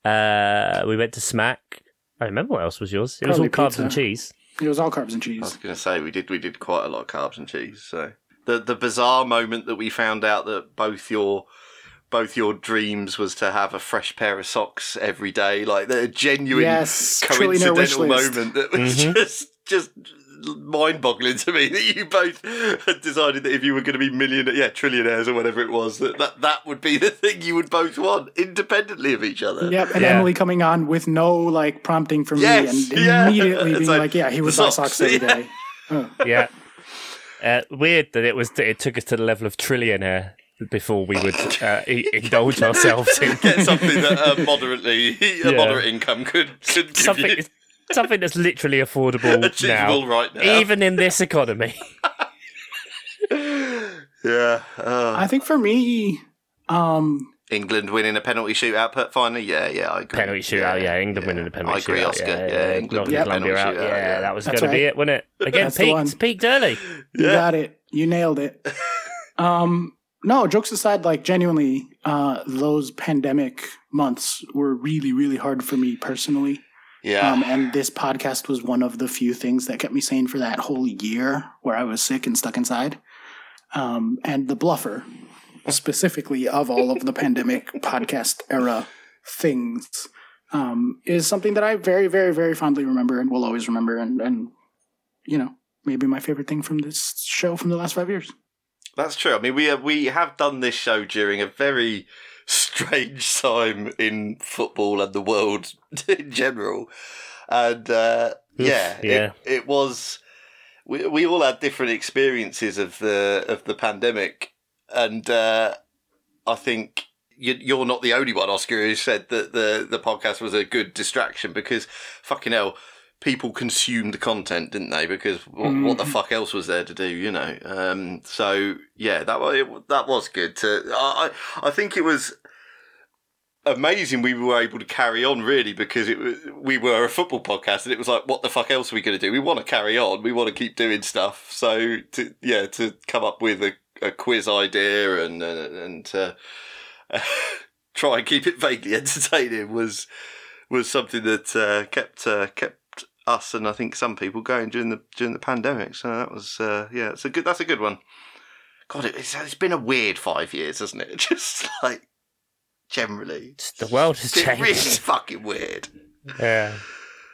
[SPEAKER 2] Uh, we went to Smack. I remember what else was yours. It was all
[SPEAKER 3] Probably
[SPEAKER 2] carbs
[SPEAKER 3] pizza.
[SPEAKER 2] and cheese.
[SPEAKER 3] It was all carbs and
[SPEAKER 1] I was
[SPEAKER 3] cheese.
[SPEAKER 1] going to say we did we did quite a lot of carbs and cheese. So the the bizarre moment that we found out that both your both your dreams was to have a fresh pair of socks every day, like the genuine
[SPEAKER 3] Yes, truly no wish
[SPEAKER 1] coincidental
[SPEAKER 3] list.
[SPEAKER 1] moment that was
[SPEAKER 2] Mhm.
[SPEAKER 1] just just mind boggling to me that you both had decided that if you were going to be millionaire, yeah, trillionaires or whatever it was, that, that that would be the thing you would both want independently of each other.
[SPEAKER 3] Yep, and
[SPEAKER 2] Yeah.
[SPEAKER 3] Emily coming on with no like prompting from
[SPEAKER 1] Yes,
[SPEAKER 3] me,
[SPEAKER 1] yeah.
[SPEAKER 3] and immediately
[SPEAKER 1] It's
[SPEAKER 3] being
[SPEAKER 1] like,
[SPEAKER 3] like, "Yeah, he
[SPEAKER 1] the
[SPEAKER 3] was buy
[SPEAKER 1] socks,
[SPEAKER 3] socks every
[SPEAKER 1] yeah.
[SPEAKER 3] day." Oh.
[SPEAKER 2] Yeah. Uh, weird that it was that it took us to the level of trillionaire before we would uh, e- indulge ourselves in
[SPEAKER 1] Get something that a moderately a
[SPEAKER 2] Yeah.
[SPEAKER 1] moderate income could could give
[SPEAKER 2] something
[SPEAKER 1] you.
[SPEAKER 2] something that's literally affordable
[SPEAKER 1] Achievable right now.
[SPEAKER 2] now, even in this economy.
[SPEAKER 1] yeah. uh,
[SPEAKER 3] I think for me, um,
[SPEAKER 1] England winning a penalty shootout put finally. Yeah, yeah, I agree.
[SPEAKER 2] penalty shootout. Yeah, England winning the penalty
[SPEAKER 1] I agree,
[SPEAKER 2] shootout.
[SPEAKER 1] Oscar.
[SPEAKER 2] Yeah,
[SPEAKER 1] Yeah, England
[SPEAKER 2] knocking
[SPEAKER 1] winning the
[SPEAKER 2] Colombia out.
[SPEAKER 1] penalty
[SPEAKER 2] Yeah,
[SPEAKER 1] shootout, yeah.
[SPEAKER 2] that was going
[SPEAKER 3] That's
[SPEAKER 2] to be
[SPEAKER 3] right.
[SPEAKER 2] it, wasn't it? Again,
[SPEAKER 3] That's the one.
[SPEAKER 2] peaked, peaked early.
[SPEAKER 3] you
[SPEAKER 1] Yeah.
[SPEAKER 3] got it, you nailed it. um, no, jokes aside, like genuinely, uh, those pandemic months were really, really hard for me personally.
[SPEAKER 1] Yeah.
[SPEAKER 3] Um, and this podcast was one of the few things that kept me sane for that whole year where I was sick and stuck inside. Um, and the bluffer, specifically of all of the pandemic podcast era things, um, is something that I very, very, very fondly remember and will always remember. And, and you know, maybe my favorite thing from this show from the last five years.
[SPEAKER 1] That's true. I mean, we have, we have done this show during a very strange time in football and the world in general, and uh,
[SPEAKER 2] Oof,
[SPEAKER 1] yeah,
[SPEAKER 2] yeah.
[SPEAKER 1] It, it was. We, we all had different experiences of the of the pandemic, and uh, I think you, you're not the only one, Oscar, who said that the the podcast was a good distraction because fucking hell. People consumed content, didn't they? Because what, what the
[SPEAKER 3] Mhm.
[SPEAKER 1] fuck else was there to do, you know? Um, so yeah, that was that was good. To I I I think it was amazing we were able to carry on really because it was, we were a football podcast and it was like what the fuck else are we going to do we want to carry on we want to keep doing stuff so to yeah to come up with a, a quiz idea and and, and uh, try and keep it vaguely entertaining was was something that uh, kept uh, kept us and I think some people going during the during the pandemic so that was uh, yeah it's a good that's a good one god it, it's, it's been a weird 5 years hasn't it just like generally
[SPEAKER 2] The world has
[SPEAKER 1] it's really
[SPEAKER 2] changed.
[SPEAKER 1] fucking weird.
[SPEAKER 2] yeah,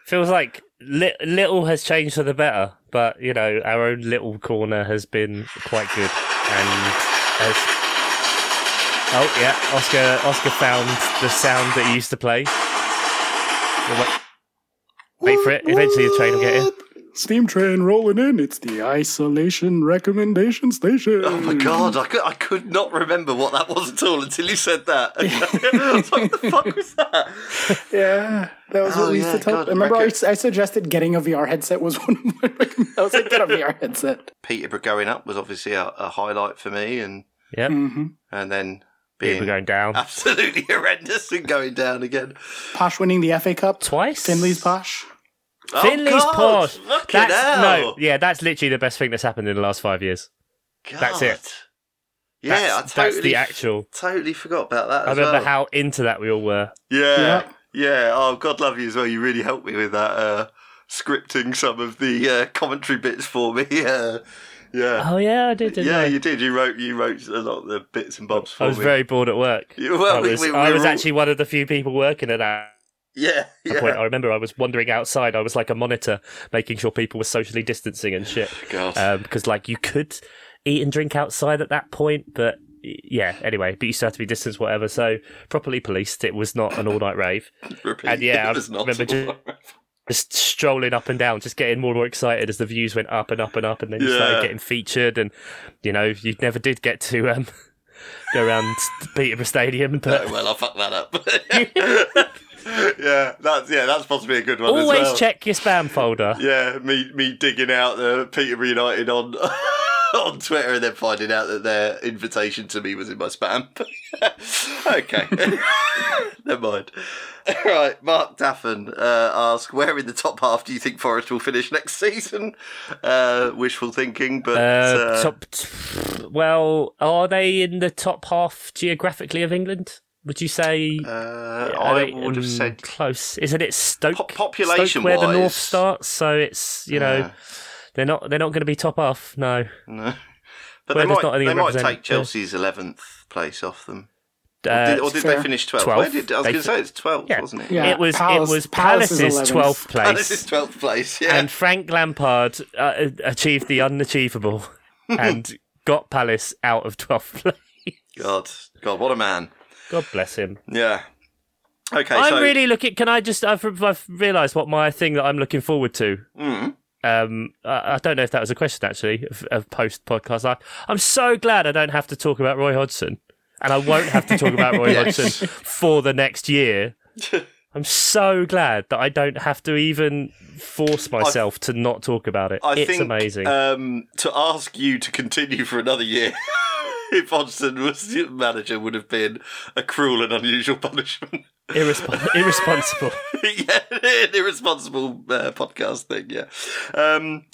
[SPEAKER 2] feels like li- little has changed for the better, but you know, our own little corner has been quite good and. Has- Oh yeah, Oscar! Oscar found the sound that he used to play. We'll wait- Wait for it. Eventually, the train will get here.
[SPEAKER 3] Steam train rolling in. It's the isolation recommendation station.
[SPEAKER 1] Oh my god, I could, I could not remember what that was at all until you said that. I was like, what the fuck was that?
[SPEAKER 3] Yeah, that was
[SPEAKER 1] Oh,
[SPEAKER 3] what we used
[SPEAKER 1] yeah,
[SPEAKER 3] to tell.
[SPEAKER 1] God,
[SPEAKER 3] remember, I,
[SPEAKER 1] record-
[SPEAKER 3] s- I suggested getting a VR headset was one of my recommendations. I was like, get a VR headset.
[SPEAKER 1] Peterborough going up was obviously a, a highlight for me, and
[SPEAKER 2] Yep,
[SPEAKER 3] Mm-hmm.
[SPEAKER 1] and then
[SPEAKER 2] people
[SPEAKER 1] being
[SPEAKER 2] going down
[SPEAKER 1] absolutely horrendous and going down again.
[SPEAKER 3] Posh winning the FA Cup.
[SPEAKER 2] twice.
[SPEAKER 3] Finley's Posh.
[SPEAKER 2] Finley's
[SPEAKER 1] oh god,
[SPEAKER 2] Posh.
[SPEAKER 1] fucking
[SPEAKER 2] That's no,
[SPEAKER 1] hell.
[SPEAKER 2] yeah, that's literally the best thing that's happened in the last five years. that's
[SPEAKER 1] God.
[SPEAKER 2] it.
[SPEAKER 1] Yeah,
[SPEAKER 2] that's,
[SPEAKER 1] I totally,
[SPEAKER 2] that's the actual.
[SPEAKER 1] totally forgot about that.
[SPEAKER 2] I
[SPEAKER 1] as
[SPEAKER 2] remember
[SPEAKER 1] well. Uh,
[SPEAKER 2] how into that we all were.
[SPEAKER 1] Yeah,
[SPEAKER 3] Yeah.
[SPEAKER 1] yeah. Oh, God love you as well. You really helped me with that uh, scripting some of the uh, commentary bits for me. Uh, yeah,
[SPEAKER 2] Oh yeah, I did. Didn't
[SPEAKER 1] yeah.
[SPEAKER 2] I?
[SPEAKER 1] You did. You wrote. You wrote a lot of the bits and bobs for
[SPEAKER 2] I was
[SPEAKER 1] me.
[SPEAKER 2] very bored at work.
[SPEAKER 1] You- well,
[SPEAKER 2] I
[SPEAKER 1] we-
[SPEAKER 2] was,
[SPEAKER 1] we- we
[SPEAKER 2] I was
[SPEAKER 1] were all-
[SPEAKER 2] actually one of the few people working at that
[SPEAKER 1] Yeah,
[SPEAKER 2] point.
[SPEAKER 1] yeah.
[SPEAKER 2] I remember I was wandering outside. I was like a monitor, making sure people were socially distancing and shit.
[SPEAKER 1] God.
[SPEAKER 2] Um, because like you could, eat and drink outside at that point, but y- yeah, anyway, but you still have to be distanced, whatever. So properly policed, it was not an all night rave.
[SPEAKER 1] Repeat.
[SPEAKER 2] And yeah,
[SPEAKER 1] it was
[SPEAKER 2] I
[SPEAKER 1] not
[SPEAKER 2] remember ju- Just strolling up and down, just getting more and more excited as the views went up and up and up, and then you
[SPEAKER 1] Yeah.
[SPEAKER 2] started getting featured, and you know you never did get to um, go around Peterborough Stadium, but
[SPEAKER 1] Oh, well, I'll fuck that up. yeah, that's yeah, that's possibly a good one. as
[SPEAKER 2] always
[SPEAKER 1] well.
[SPEAKER 2] check your spam folder.
[SPEAKER 1] Yeah, me me digging out the Peterborough United on on Twitter and then finding out that their invitation to me was in my spam. okay, never mind. All right, Mark Daffin uh, asks, "Where in the top half do you think Forest will finish next season?" Uh, wishful thinking, but
[SPEAKER 2] Uh,
[SPEAKER 1] uh,
[SPEAKER 2] top. well, are they in the top half geographically of England? Would you say?
[SPEAKER 1] uh,
[SPEAKER 2] are
[SPEAKER 1] I
[SPEAKER 2] they
[SPEAKER 1] would
[SPEAKER 2] in
[SPEAKER 1] have said
[SPEAKER 2] close. Isn't it Stoke?
[SPEAKER 1] Po-
[SPEAKER 2] Stoke where the
[SPEAKER 1] population-wise.
[SPEAKER 2] north starts, so it's you know
[SPEAKER 1] Yeah.
[SPEAKER 2] they're not they're not going to be top off. No,
[SPEAKER 1] no. But
[SPEAKER 2] Where
[SPEAKER 1] they might,
[SPEAKER 2] does not any
[SPEAKER 1] they might
[SPEAKER 2] represent-
[SPEAKER 1] take Chelsea's eleventh place off them.
[SPEAKER 2] Uh,
[SPEAKER 1] Did- or did they
[SPEAKER 3] fair.
[SPEAKER 1] finish 12th?
[SPEAKER 2] 12th.
[SPEAKER 1] Where did, I was
[SPEAKER 2] They
[SPEAKER 1] going to
[SPEAKER 2] fi-
[SPEAKER 1] say it's 12th,
[SPEAKER 2] yeah.
[SPEAKER 1] wasn't it?
[SPEAKER 3] Yeah.
[SPEAKER 2] it was
[SPEAKER 3] Palace-
[SPEAKER 2] it was
[SPEAKER 3] Palace is
[SPEAKER 2] Palace's
[SPEAKER 3] 11th.
[SPEAKER 2] twelfth place,
[SPEAKER 1] Palace is 12th place, yeah.
[SPEAKER 2] and Frank Lampard uh, achieved the unachievable and got Palace out of twelfth place.
[SPEAKER 1] God, God, what a man.
[SPEAKER 2] God bless him.
[SPEAKER 1] Yeah. Okay,
[SPEAKER 2] I'm
[SPEAKER 1] so.
[SPEAKER 2] really looking. Can I just? I've, I've realised what my thing that I'm looking forward to.
[SPEAKER 1] Mm,
[SPEAKER 2] Um, I, I don't know if that was a question actually of, of post podcast life. I'm so glad I don't have to talk about Roy Hodgson, and I won't have to talk about Roy
[SPEAKER 1] Yes.
[SPEAKER 2] Hodgson for the next year. I'm so glad that I don't have to even force myself to not talk about it.
[SPEAKER 1] I
[SPEAKER 2] it's
[SPEAKER 1] think,
[SPEAKER 2] amazing.
[SPEAKER 1] Um, to ask you to continue for another year. If Hodgson was your manager, would have been a cruel and unusual punishment.
[SPEAKER 2] Irrespon- irresponsible.
[SPEAKER 1] yeah, an irresponsible uh, podcast thing. Yeah. Um,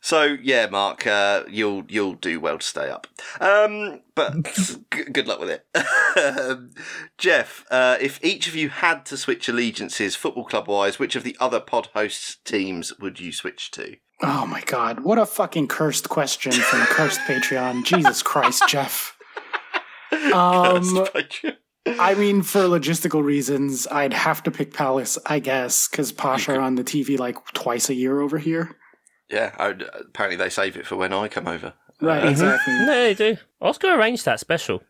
[SPEAKER 1] so yeah, Mark, uh, you'll you'll do well to stay up. Um, but g- good luck with it, um, Jeff. Uh, if each of you had to switch allegiances, football club wise, which of the other pod hosts teams would you switch to?
[SPEAKER 3] Oh my god, what a fucking cursed question from cursed Patreon. Jesus Christ, Jeff. Um I mean for logistical reasons, I'd have to pick Palace, I guess, cuz Posh are on the TV like twice a year over here.
[SPEAKER 1] yeah, I, apparently they save it for when I come over. Uh,
[SPEAKER 3] Right,
[SPEAKER 1] Uh-huh.
[SPEAKER 3] exactly.
[SPEAKER 2] no, they do. Oscar arranged that special.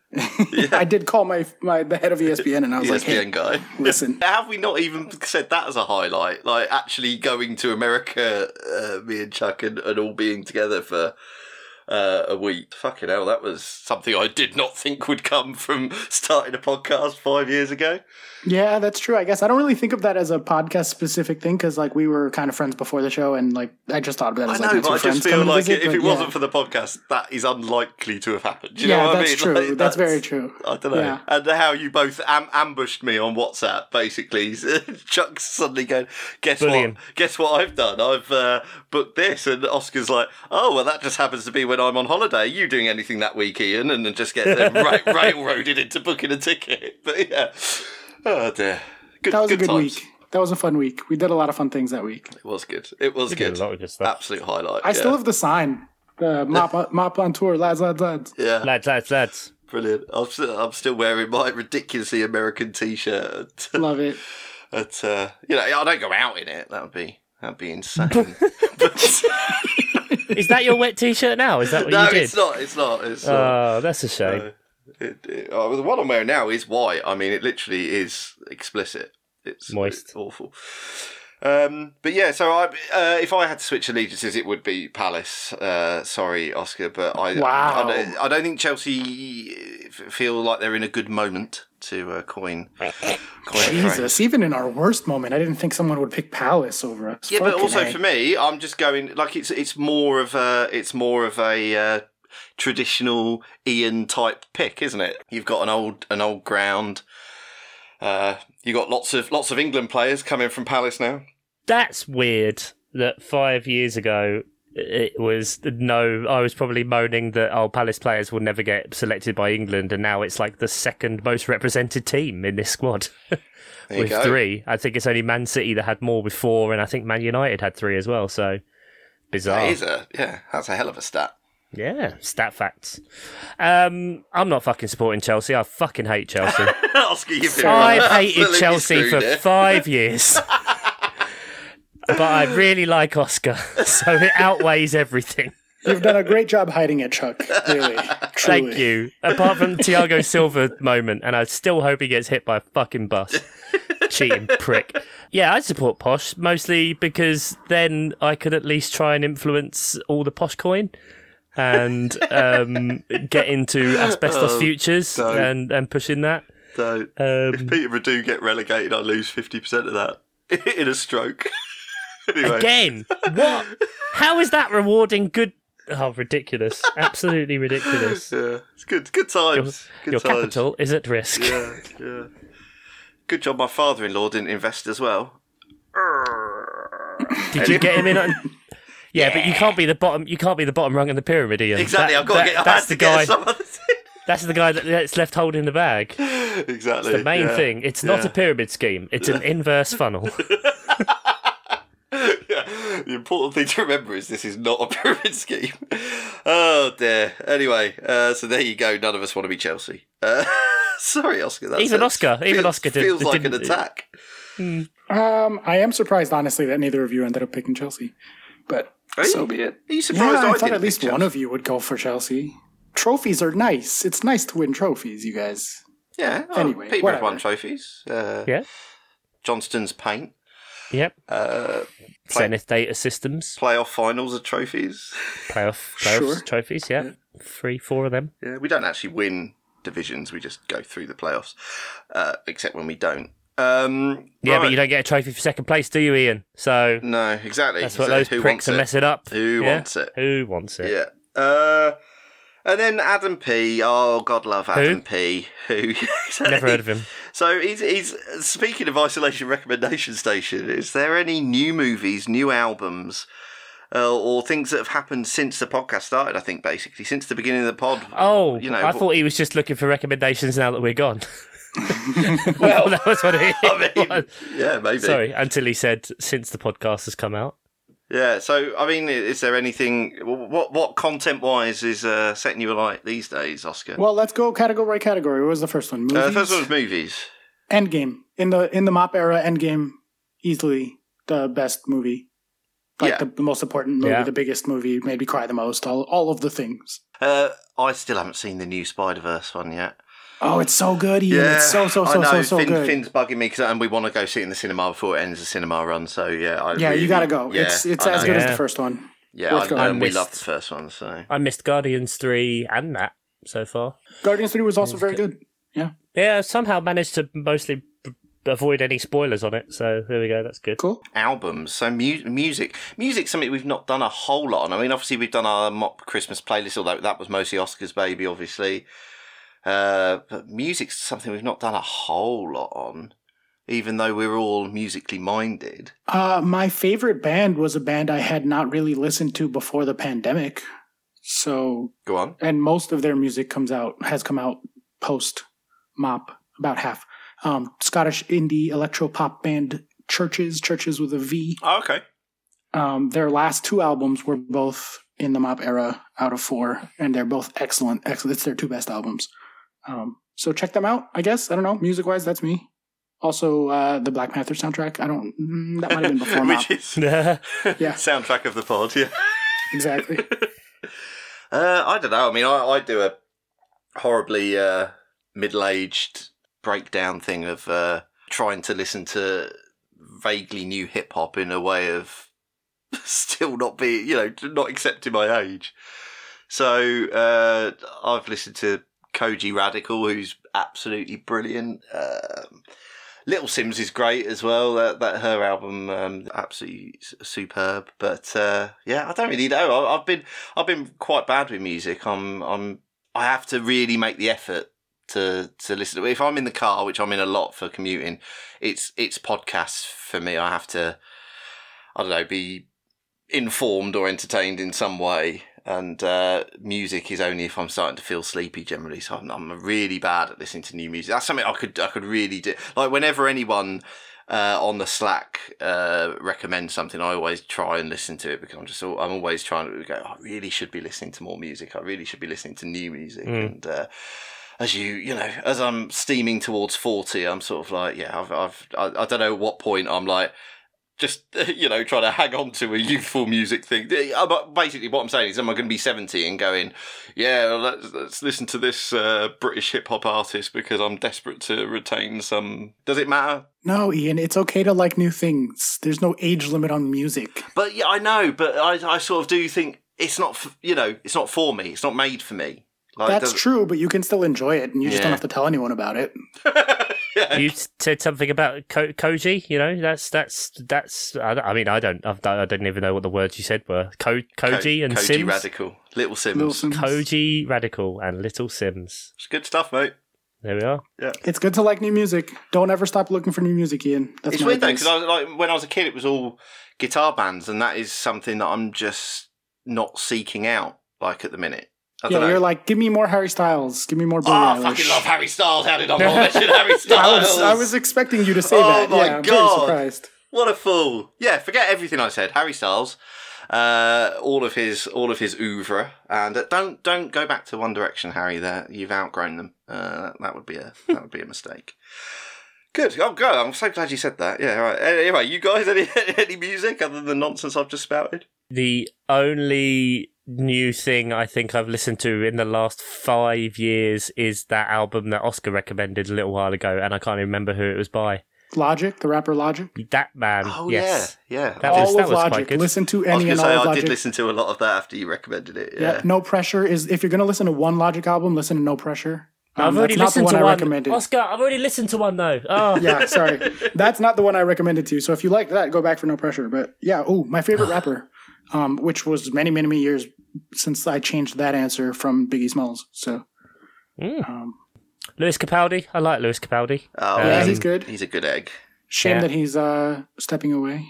[SPEAKER 3] I did call my my the head of E ESPN and I was
[SPEAKER 1] ESPN
[SPEAKER 3] like, hey,
[SPEAKER 1] guy.
[SPEAKER 3] listen.
[SPEAKER 1] Have we not even said that as a highlight? Like actually going to America, uh, me and Chuck, and, and all being together for uh, a week. Fucking hell, that was something I did not think would come from starting a podcast five years ago.
[SPEAKER 3] Yeah, that's true. I guess I don't really think of that as a podcast specific thing because like we were kind of friends before the show, and like I just thought of that
[SPEAKER 1] I
[SPEAKER 3] as
[SPEAKER 1] know,
[SPEAKER 3] like
[SPEAKER 1] but I
[SPEAKER 3] two friends
[SPEAKER 1] just feel
[SPEAKER 3] coming to
[SPEAKER 1] like
[SPEAKER 3] visit,
[SPEAKER 1] if
[SPEAKER 3] but
[SPEAKER 1] it
[SPEAKER 3] yeah.
[SPEAKER 1] wasn't for the podcast, that is unlikely to have happened. Do you
[SPEAKER 3] yeah,
[SPEAKER 1] know what
[SPEAKER 3] that's
[SPEAKER 1] I mean?
[SPEAKER 3] true.
[SPEAKER 1] Like, uh,
[SPEAKER 3] that's, very true.
[SPEAKER 1] I don't know.
[SPEAKER 3] Yeah.
[SPEAKER 1] And how you both am- ambushed me on WhatsApp, basically. Chuck's suddenly going, guess
[SPEAKER 2] Bullying.
[SPEAKER 1] what? Guess what I've done? I've uh, booked this. And Oscar's like, oh, well, that just happens to be when I'm on holiday. Are you doing anything that week, Ian? And then just get them ra- railroaded into booking a ticket. But yeah. Oh, dear. Good,
[SPEAKER 3] That was a good
[SPEAKER 1] times.
[SPEAKER 3] week. That was a fun week. We did a lot of fun things that week.
[SPEAKER 1] It was good. It was
[SPEAKER 2] did a
[SPEAKER 1] good.
[SPEAKER 2] lot of good stuff.
[SPEAKER 1] Absolute highlight.
[SPEAKER 3] I
[SPEAKER 1] yeah.
[SPEAKER 3] still have the sign. The mop, mop on tour, lads, lads, lads.
[SPEAKER 1] Yeah.
[SPEAKER 2] Lads, lads, lads.
[SPEAKER 1] Brilliant. I'm still, I'm still wearing my ridiculously American t shirt.
[SPEAKER 3] Love it.
[SPEAKER 1] But uh, you know, I don't go out in it. That would be that'd be insane. but,
[SPEAKER 2] Is that your wet T-shirt now? Is that what
[SPEAKER 1] no,
[SPEAKER 2] you did?
[SPEAKER 1] it's not. It's not. It's not.
[SPEAKER 2] Oh, that's a shame.
[SPEAKER 1] Uh, it, it, oh, the one I'm wearing now is white. I mean, it literally is explicit. It's
[SPEAKER 2] Moist.
[SPEAKER 1] it's awful. Um, but yeah, so I, uh, if I had to switch allegiances, it would be Palace. Uh, sorry, Oscar, but I,
[SPEAKER 3] Wow.
[SPEAKER 1] I, don't, I don't think Chelsea uh, f- feel like they're in a good moment to uh, coin. coin a phrase.
[SPEAKER 3] Jesus, even in our worst moment, I didn't think someone would pick Palace over us.
[SPEAKER 1] Yeah, but
[SPEAKER 3] Fucking
[SPEAKER 1] also
[SPEAKER 3] A.
[SPEAKER 1] for me, I'm just going like it's it's more of a it's more of a uh, traditional Ian type pick, isn't it? You've got an old an old ground. Uh, you got lots of lots of England players coming from Palace now.
[SPEAKER 2] that's weird that five years ago it was no i was probably moaning that our palace players will never get selected by england and now it's like the second most represented team in this squad
[SPEAKER 1] There you
[SPEAKER 2] with
[SPEAKER 1] go.
[SPEAKER 2] three i think it's only man city that had more with four and i think man united had three as well so bizarre
[SPEAKER 1] That is a yeah, that's a hell of a stat.
[SPEAKER 2] yeah stat facts um i'm not fucking supporting chelsea i fucking hate chelsea
[SPEAKER 1] Oscar, you've been
[SPEAKER 2] I've hated
[SPEAKER 1] absolutely
[SPEAKER 2] Chelsea
[SPEAKER 1] screwed
[SPEAKER 2] for
[SPEAKER 1] here.
[SPEAKER 2] five years. but I really like Oscar, so it outweighs everything.
[SPEAKER 3] You've done a great job hiding it, Chuck. Really. Truly.
[SPEAKER 2] Thank you. Apart from Tiago Silva moment, and I still hope he gets hit by a fucking bus. Cheating prick. Yeah, I support Posh mostly because then I could at least try and influence all the Posh coin and um, get into asbestos
[SPEAKER 1] Oh,
[SPEAKER 2] futures
[SPEAKER 1] don't.
[SPEAKER 2] and, and pushing that.
[SPEAKER 1] So if
[SPEAKER 2] Um,
[SPEAKER 1] Peterborough do get relegated, I lose fifty percent of that in a stroke. anyway,
[SPEAKER 2] again, what? How is that rewarding good? Oh, ridiculous. Absolutely ridiculous.
[SPEAKER 1] yeah, it's good. Good times. good
[SPEAKER 2] Your
[SPEAKER 1] times.
[SPEAKER 2] capital is at risk.
[SPEAKER 1] Yeah, yeah. Good job. My father-in-law didn't invest as well.
[SPEAKER 2] Did you get him in on? Yeah, but you can't be the bottom. You can't be the bottom rung in the pyramid, Ian.
[SPEAKER 1] Exactly.
[SPEAKER 2] That-
[SPEAKER 1] I've got
[SPEAKER 2] that-
[SPEAKER 1] to get. I
[SPEAKER 2] That's
[SPEAKER 1] had
[SPEAKER 2] the
[SPEAKER 1] to get
[SPEAKER 2] guy.
[SPEAKER 1] some other thing.
[SPEAKER 2] That's the guy that, that's left holding the bag.
[SPEAKER 1] exactly.
[SPEAKER 2] The main
[SPEAKER 1] yeah.
[SPEAKER 2] thing. It's not a pyramid scheme. It's an inverse funnel.
[SPEAKER 1] yeah. The important thing to remember is this is not a pyramid scheme. Oh dear. Anyway, uh, so there you go. None of us want to be Chelsea. Uh, sorry, Oscar. That's
[SPEAKER 2] Even
[SPEAKER 1] it.
[SPEAKER 2] Oscar- even
[SPEAKER 1] Feels-
[SPEAKER 2] Oscar did-
[SPEAKER 1] feels like an
[SPEAKER 2] didn't-
[SPEAKER 1] attack.
[SPEAKER 3] Um, I am surprised, honestly, that neither of you ended up picking Chelsea. But
[SPEAKER 1] Really?
[SPEAKER 3] so be it.
[SPEAKER 1] Are you
[SPEAKER 3] Yeah,
[SPEAKER 1] surprised?
[SPEAKER 3] I,
[SPEAKER 1] I,
[SPEAKER 3] thought
[SPEAKER 1] didn't
[SPEAKER 3] at least
[SPEAKER 1] pick
[SPEAKER 3] one
[SPEAKER 1] Chelsea?
[SPEAKER 3] of you would go for Chelsea. Trophies are nice. It's nice to win trophies, you guys.
[SPEAKER 1] Yeah. Oh,
[SPEAKER 3] Anyway,
[SPEAKER 1] Peterborough
[SPEAKER 3] whatever.
[SPEAKER 1] won trophies. Uh,
[SPEAKER 2] Yeah.
[SPEAKER 1] Johnston's paint.
[SPEAKER 2] Yep.
[SPEAKER 1] Uh, Play-
[SPEAKER 2] Zenith Data Systems
[SPEAKER 1] playoff finals are trophies.
[SPEAKER 2] playoff playoffs
[SPEAKER 3] Sure.
[SPEAKER 2] trophies. Yeah. Three, four of them.
[SPEAKER 1] Yeah, we don't actually win divisions. We just go through the playoffs, uh, except when we don't. Um,
[SPEAKER 2] Yeah,
[SPEAKER 1] right.
[SPEAKER 2] but you don't get a trophy for second place, do you, Ian? So
[SPEAKER 1] No, exactly.
[SPEAKER 2] that's what
[SPEAKER 1] So
[SPEAKER 2] those
[SPEAKER 1] who
[SPEAKER 2] pricks
[SPEAKER 1] wants
[SPEAKER 2] are
[SPEAKER 1] it?
[SPEAKER 2] messing up.
[SPEAKER 1] Who
[SPEAKER 2] Yeah?
[SPEAKER 1] wants it?
[SPEAKER 2] Who wants it?
[SPEAKER 1] Yeah. Uh, and then Adam P. Oh, God love Adam P. Who
[SPEAKER 2] Never heard of him.
[SPEAKER 1] So he's he's speaking of isolation recommendation station. Is there any new movies, new albums, uh, or things that have happened since the podcast started? I think basically since the beginning of the pod.
[SPEAKER 2] Oh,
[SPEAKER 1] You know,
[SPEAKER 2] I
[SPEAKER 1] wh-
[SPEAKER 2] thought he was just looking for recommendations now that we're gone. well, that was what it
[SPEAKER 1] I mean,
[SPEAKER 2] was.
[SPEAKER 1] yeah, maybe.
[SPEAKER 2] Sorry, until he said since the podcast has come out.
[SPEAKER 1] Yeah, so I mean, i- is there anything? wh- What what content wise is uh, setting you alight these days, Oscar?
[SPEAKER 3] Well, let's go category by category. What was the first one? Movies?
[SPEAKER 1] uh, the first one was movies.
[SPEAKER 3] Endgame. In the in the mop era, Endgame easily the best movie. Like
[SPEAKER 1] Yeah.
[SPEAKER 3] the, the most important movie,
[SPEAKER 2] Yeah.
[SPEAKER 3] the biggest movie, made me cry the most, all all of the things.
[SPEAKER 1] Uh, I still haven't seen the new Spider Verse one yet.
[SPEAKER 3] Oh, it's so good, Ian. it's so so so
[SPEAKER 1] I know.
[SPEAKER 3] so so
[SPEAKER 1] Oh, Finn,
[SPEAKER 3] good.
[SPEAKER 1] Finn's bugging me 'cause- and we want to go see it in the cinema before it ends the cinema run. So yeah, I
[SPEAKER 3] yeah,
[SPEAKER 1] really-
[SPEAKER 3] you gotta go.
[SPEAKER 1] yeah, Oh,
[SPEAKER 3] it's it's
[SPEAKER 1] I
[SPEAKER 3] as
[SPEAKER 1] know.
[SPEAKER 3] good as
[SPEAKER 2] Yeah.
[SPEAKER 3] the first one.
[SPEAKER 1] Yeah,
[SPEAKER 3] worth
[SPEAKER 1] I,
[SPEAKER 3] going.
[SPEAKER 1] know,
[SPEAKER 2] I
[SPEAKER 1] and we
[SPEAKER 2] missed-
[SPEAKER 1] loved the first one. So
[SPEAKER 2] I missed Guardians 3 and that so far.
[SPEAKER 3] Guardians Three was also very good.
[SPEAKER 2] Yeah, somehow managed to mostly b- avoid any spoilers on it. So there we go, that's good.
[SPEAKER 3] Cool.
[SPEAKER 1] albums, so mu- music, music's something we've not done a whole lot on. I mean, obviously we've done our mock Christmas playlist, although that was mostly Oscar's baby, obviously. Uh, but music's something we've not done a whole lot on, even though we're all musically minded.
[SPEAKER 3] Uh, my favorite band was a band I had not really listened to before the pandemic. So,
[SPEAKER 1] Go on.
[SPEAKER 3] and most of their music comes out has come out post mop, about half. Um, Scottish indie electro pop band Churches, Churches with a V.
[SPEAKER 1] Oh, okay.
[SPEAKER 3] Um, their last two albums were both in the mop era, out of four, and they're both excellent. Excellent. It's their two best albums. Um, so check them out. I guess I don't know music wise. That's me. Also, uh, the Black Panther soundtrack. I don't. Mm, that might have been before mop.
[SPEAKER 1] Which is
[SPEAKER 2] yeah,
[SPEAKER 3] Yeah.
[SPEAKER 1] soundtrack of the pod. Yeah.
[SPEAKER 3] Exactly.
[SPEAKER 1] Uh, I don't know. I mean, I, I do a horribly uh, middle-aged breakdown thing of uh, trying to listen to vaguely new hip hop in a way of still not being, you know, not accepting my age. So uh, I've listened to Koji Radical, who's absolutely brilliant. Um, Little Sims is great as well. That, that her album, um, absolutely s- superb. But uh, yeah, I don't really know. I, I've been I've been quite bad with music. I'm I'm I have to really make the effort to to listen to it. If I'm in the car, which I'm in a lot for commuting, it's it's podcasts for me. I have to I don't know, be informed or entertained in some way. And uh, music is only if I'm starting to feel sleepy generally. So I'm, I'm really bad at listening to new music. That's something I could I could really do. Like whenever anyone uh, on the Slack uh, recommends something, I always try and listen to it because I'm just al- I'm always trying to go. I really should be listening to more music. I really should be listening to new music.
[SPEAKER 2] Mm.
[SPEAKER 1] And uh, as you you know, as I'm steaming towards forty, I'm sort of like yeah. I've I've I, I don't know at what point I'm like just you know trying to hang on to a youthful music thing. But basically, what I'm saying is, am I going to be 70 and going, yeah, let's, let's listen to this uh, British hip hop artist because I'm desperate to retain some. Does it matter?
[SPEAKER 3] No, Ian, it's okay to like new things. There's no age limit on music.
[SPEAKER 1] But yeah, I know. But I, I sort of do think it's not f- you know it's not for me. It's not made for me. Like,
[SPEAKER 3] That's
[SPEAKER 1] does-
[SPEAKER 3] true, but you can still enjoy it, and you
[SPEAKER 1] Oh,
[SPEAKER 3] just
[SPEAKER 1] Yeah.
[SPEAKER 3] don't have to tell anyone about it.
[SPEAKER 1] yeah.
[SPEAKER 2] You said something about Ko- Koji. You know, that's that's that's. I, don't- I mean, I don't. I've, I don't even know what the words you said were. Ko-
[SPEAKER 1] Co-
[SPEAKER 2] Koji and
[SPEAKER 1] Koji
[SPEAKER 2] Sims.
[SPEAKER 1] Radical, Little Sims.
[SPEAKER 3] Little Sims.
[SPEAKER 2] Koji Radical and Little Sims.
[SPEAKER 1] It's good stuff, mate.
[SPEAKER 2] There we are.
[SPEAKER 3] It's good to like new music. Don't ever stop looking for new music, Ian. That's
[SPEAKER 1] it's
[SPEAKER 3] my
[SPEAKER 1] weird though
[SPEAKER 3] advice.
[SPEAKER 1] because I was like when I was a kid, it was all guitar bands, and that is something that I'm just not seeking out like at the minute. I
[SPEAKER 3] yeah,
[SPEAKER 1] don't know.
[SPEAKER 3] you're like, give me more Harry Styles, give me more
[SPEAKER 1] oh,
[SPEAKER 3] Billie
[SPEAKER 1] I
[SPEAKER 3] Eilish."
[SPEAKER 1] fucking love Harry Styles. How did I not mention Harry
[SPEAKER 3] I
[SPEAKER 1] Styles?
[SPEAKER 3] was, I was expecting you to say
[SPEAKER 1] Oh
[SPEAKER 3] that.
[SPEAKER 1] my
[SPEAKER 3] yeah, I'm
[SPEAKER 1] God.
[SPEAKER 3] very surprised.
[SPEAKER 1] what a fool. Yeah, forget everything I said. Harry Styles, uh, all of his all of his oeuvre, and uh, don't don't go back to One Direction, Harry. There, you've outgrown them. Uh, that would be a that would be a mistake. Good. Oh, God, I'm so glad you said that. Yeah. Right. Anyway, you guys, any any music other than the nonsense I've just spouted?
[SPEAKER 2] The only new thing I think I've listened to in the last five years is that album that Oscar recommended a little while ago, and I can't even remember who it was by.
[SPEAKER 3] Logic, the rapper Logic.
[SPEAKER 2] That man. yes.
[SPEAKER 1] Oh, yeah, yeah.
[SPEAKER 2] That
[SPEAKER 3] all
[SPEAKER 2] was- that
[SPEAKER 3] of
[SPEAKER 2] was quite
[SPEAKER 3] Logic.
[SPEAKER 2] good.
[SPEAKER 3] Listen to
[SPEAKER 1] I was
[SPEAKER 3] any
[SPEAKER 1] going
[SPEAKER 3] and
[SPEAKER 1] to
[SPEAKER 3] all
[SPEAKER 1] say
[SPEAKER 3] of
[SPEAKER 1] I
[SPEAKER 3] Logic.
[SPEAKER 1] did listen to a lot of that after you recommended it.
[SPEAKER 3] yeah.
[SPEAKER 1] Yeah,
[SPEAKER 3] No Pressure is if you're gonna listen to one Logic album, listen to No Pressure. Um,
[SPEAKER 2] I've already
[SPEAKER 3] that's
[SPEAKER 2] listened
[SPEAKER 3] not the
[SPEAKER 2] to
[SPEAKER 3] one I
[SPEAKER 2] one.
[SPEAKER 3] recommended.
[SPEAKER 2] Oscar, I've already listened to one though. Oh,
[SPEAKER 3] yeah, sorry. That's not the one I recommended to you. So if you like that, go back for no pressure. But yeah, oh, my favorite rapper, um, which was many, many, many years since I changed that answer from Biggie Smalls. So
[SPEAKER 2] Mm.
[SPEAKER 3] um,
[SPEAKER 2] Lewis Capaldi. I like Lewis Capaldi.
[SPEAKER 1] Oh,
[SPEAKER 3] yeah,
[SPEAKER 2] Um,
[SPEAKER 3] he's good.
[SPEAKER 1] he's a good egg.
[SPEAKER 3] Shame
[SPEAKER 2] yeah.
[SPEAKER 3] that he's uh, stepping away.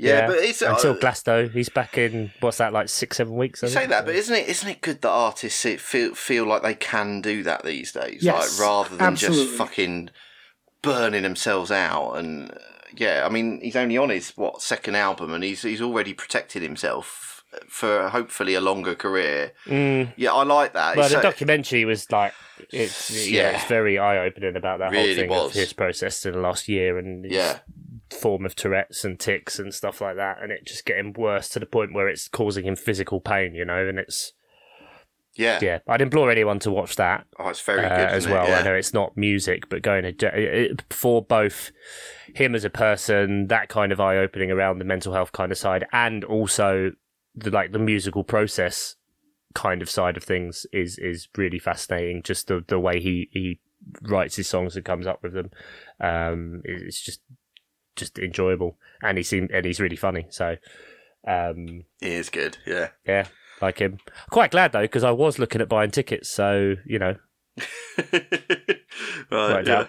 [SPEAKER 1] Yeah, but it's uh,
[SPEAKER 2] until Glasto, he's back in. What's that like six, seven weeks? I
[SPEAKER 1] You say
[SPEAKER 2] think?
[SPEAKER 1] that, but isn't it isn't it good that artists it feel feel like they can do that these days?
[SPEAKER 3] Yes,
[SPEAKER 1] like rather than just
[SPEAKER 3] absolutely.
[SPEAKER 1] fucking burning themselves out and uh, yeah, I mean he's only on his what second album and he's he's already protected himself for hopefully a longer career.
[SPEAKER 2] Mm,
[SPEAKER 1] Yeah, I like that.
[SPEAKER 2] well,
[SPEAKER 1] It's
[SPEAKER 2] the
[SPEAKER 1] so-
[SPEAKER 2] documentary was like, it's yeah,
[SPEAKER 1] Yeah.
[SPEAKER 2] it's very eye opening about that
[SPEAKER 1] Really
[SPEAKER 2] whole thing
[SPEAKER 1] was.
[SPEAKER 2] of his process in the last year and his
[SPEAKER 1] yeah,
[SPEAKER 2] form of Tourette's and tics and stuff like that, and it just getting worse to the point where it's causing him physical pain. You know, and it's
[SPEAKER 1] yeah,
[SPEAKER 2] yeah, I'd implore anyone to watch that.
[SPEAKER 1] Oh, it's very
[SPEAKER 2] uh,
[SPEAKER 1] good
[SPEAKER 2] as
[SPEAKER 1] isn't it?
[SPEAKER 2] well.
[SPEAKER 1] Yeah.
[SPEAKER 2] I know it's not music, but going to, it- for both him as a person, that kind of eye opening around the mental health kind of side, and also the like the musical process kind of side of things is is really fascinating. Just the the way he he writes his songs and comes up with them, um, it- it's just just enjoyable, and he seemed and he's really funny. So. Um,
[SPEAKER 1] It is good. Yeah.
[SPEAKER 2] yeah, like him. Quite glad though, because I was looking at buying tickets. So you know,
[SPEAKER 1] right.
[SPEAKER 2] Right,
[SPEAKER 1] Yeah.
[SPEAKER 2] Dad.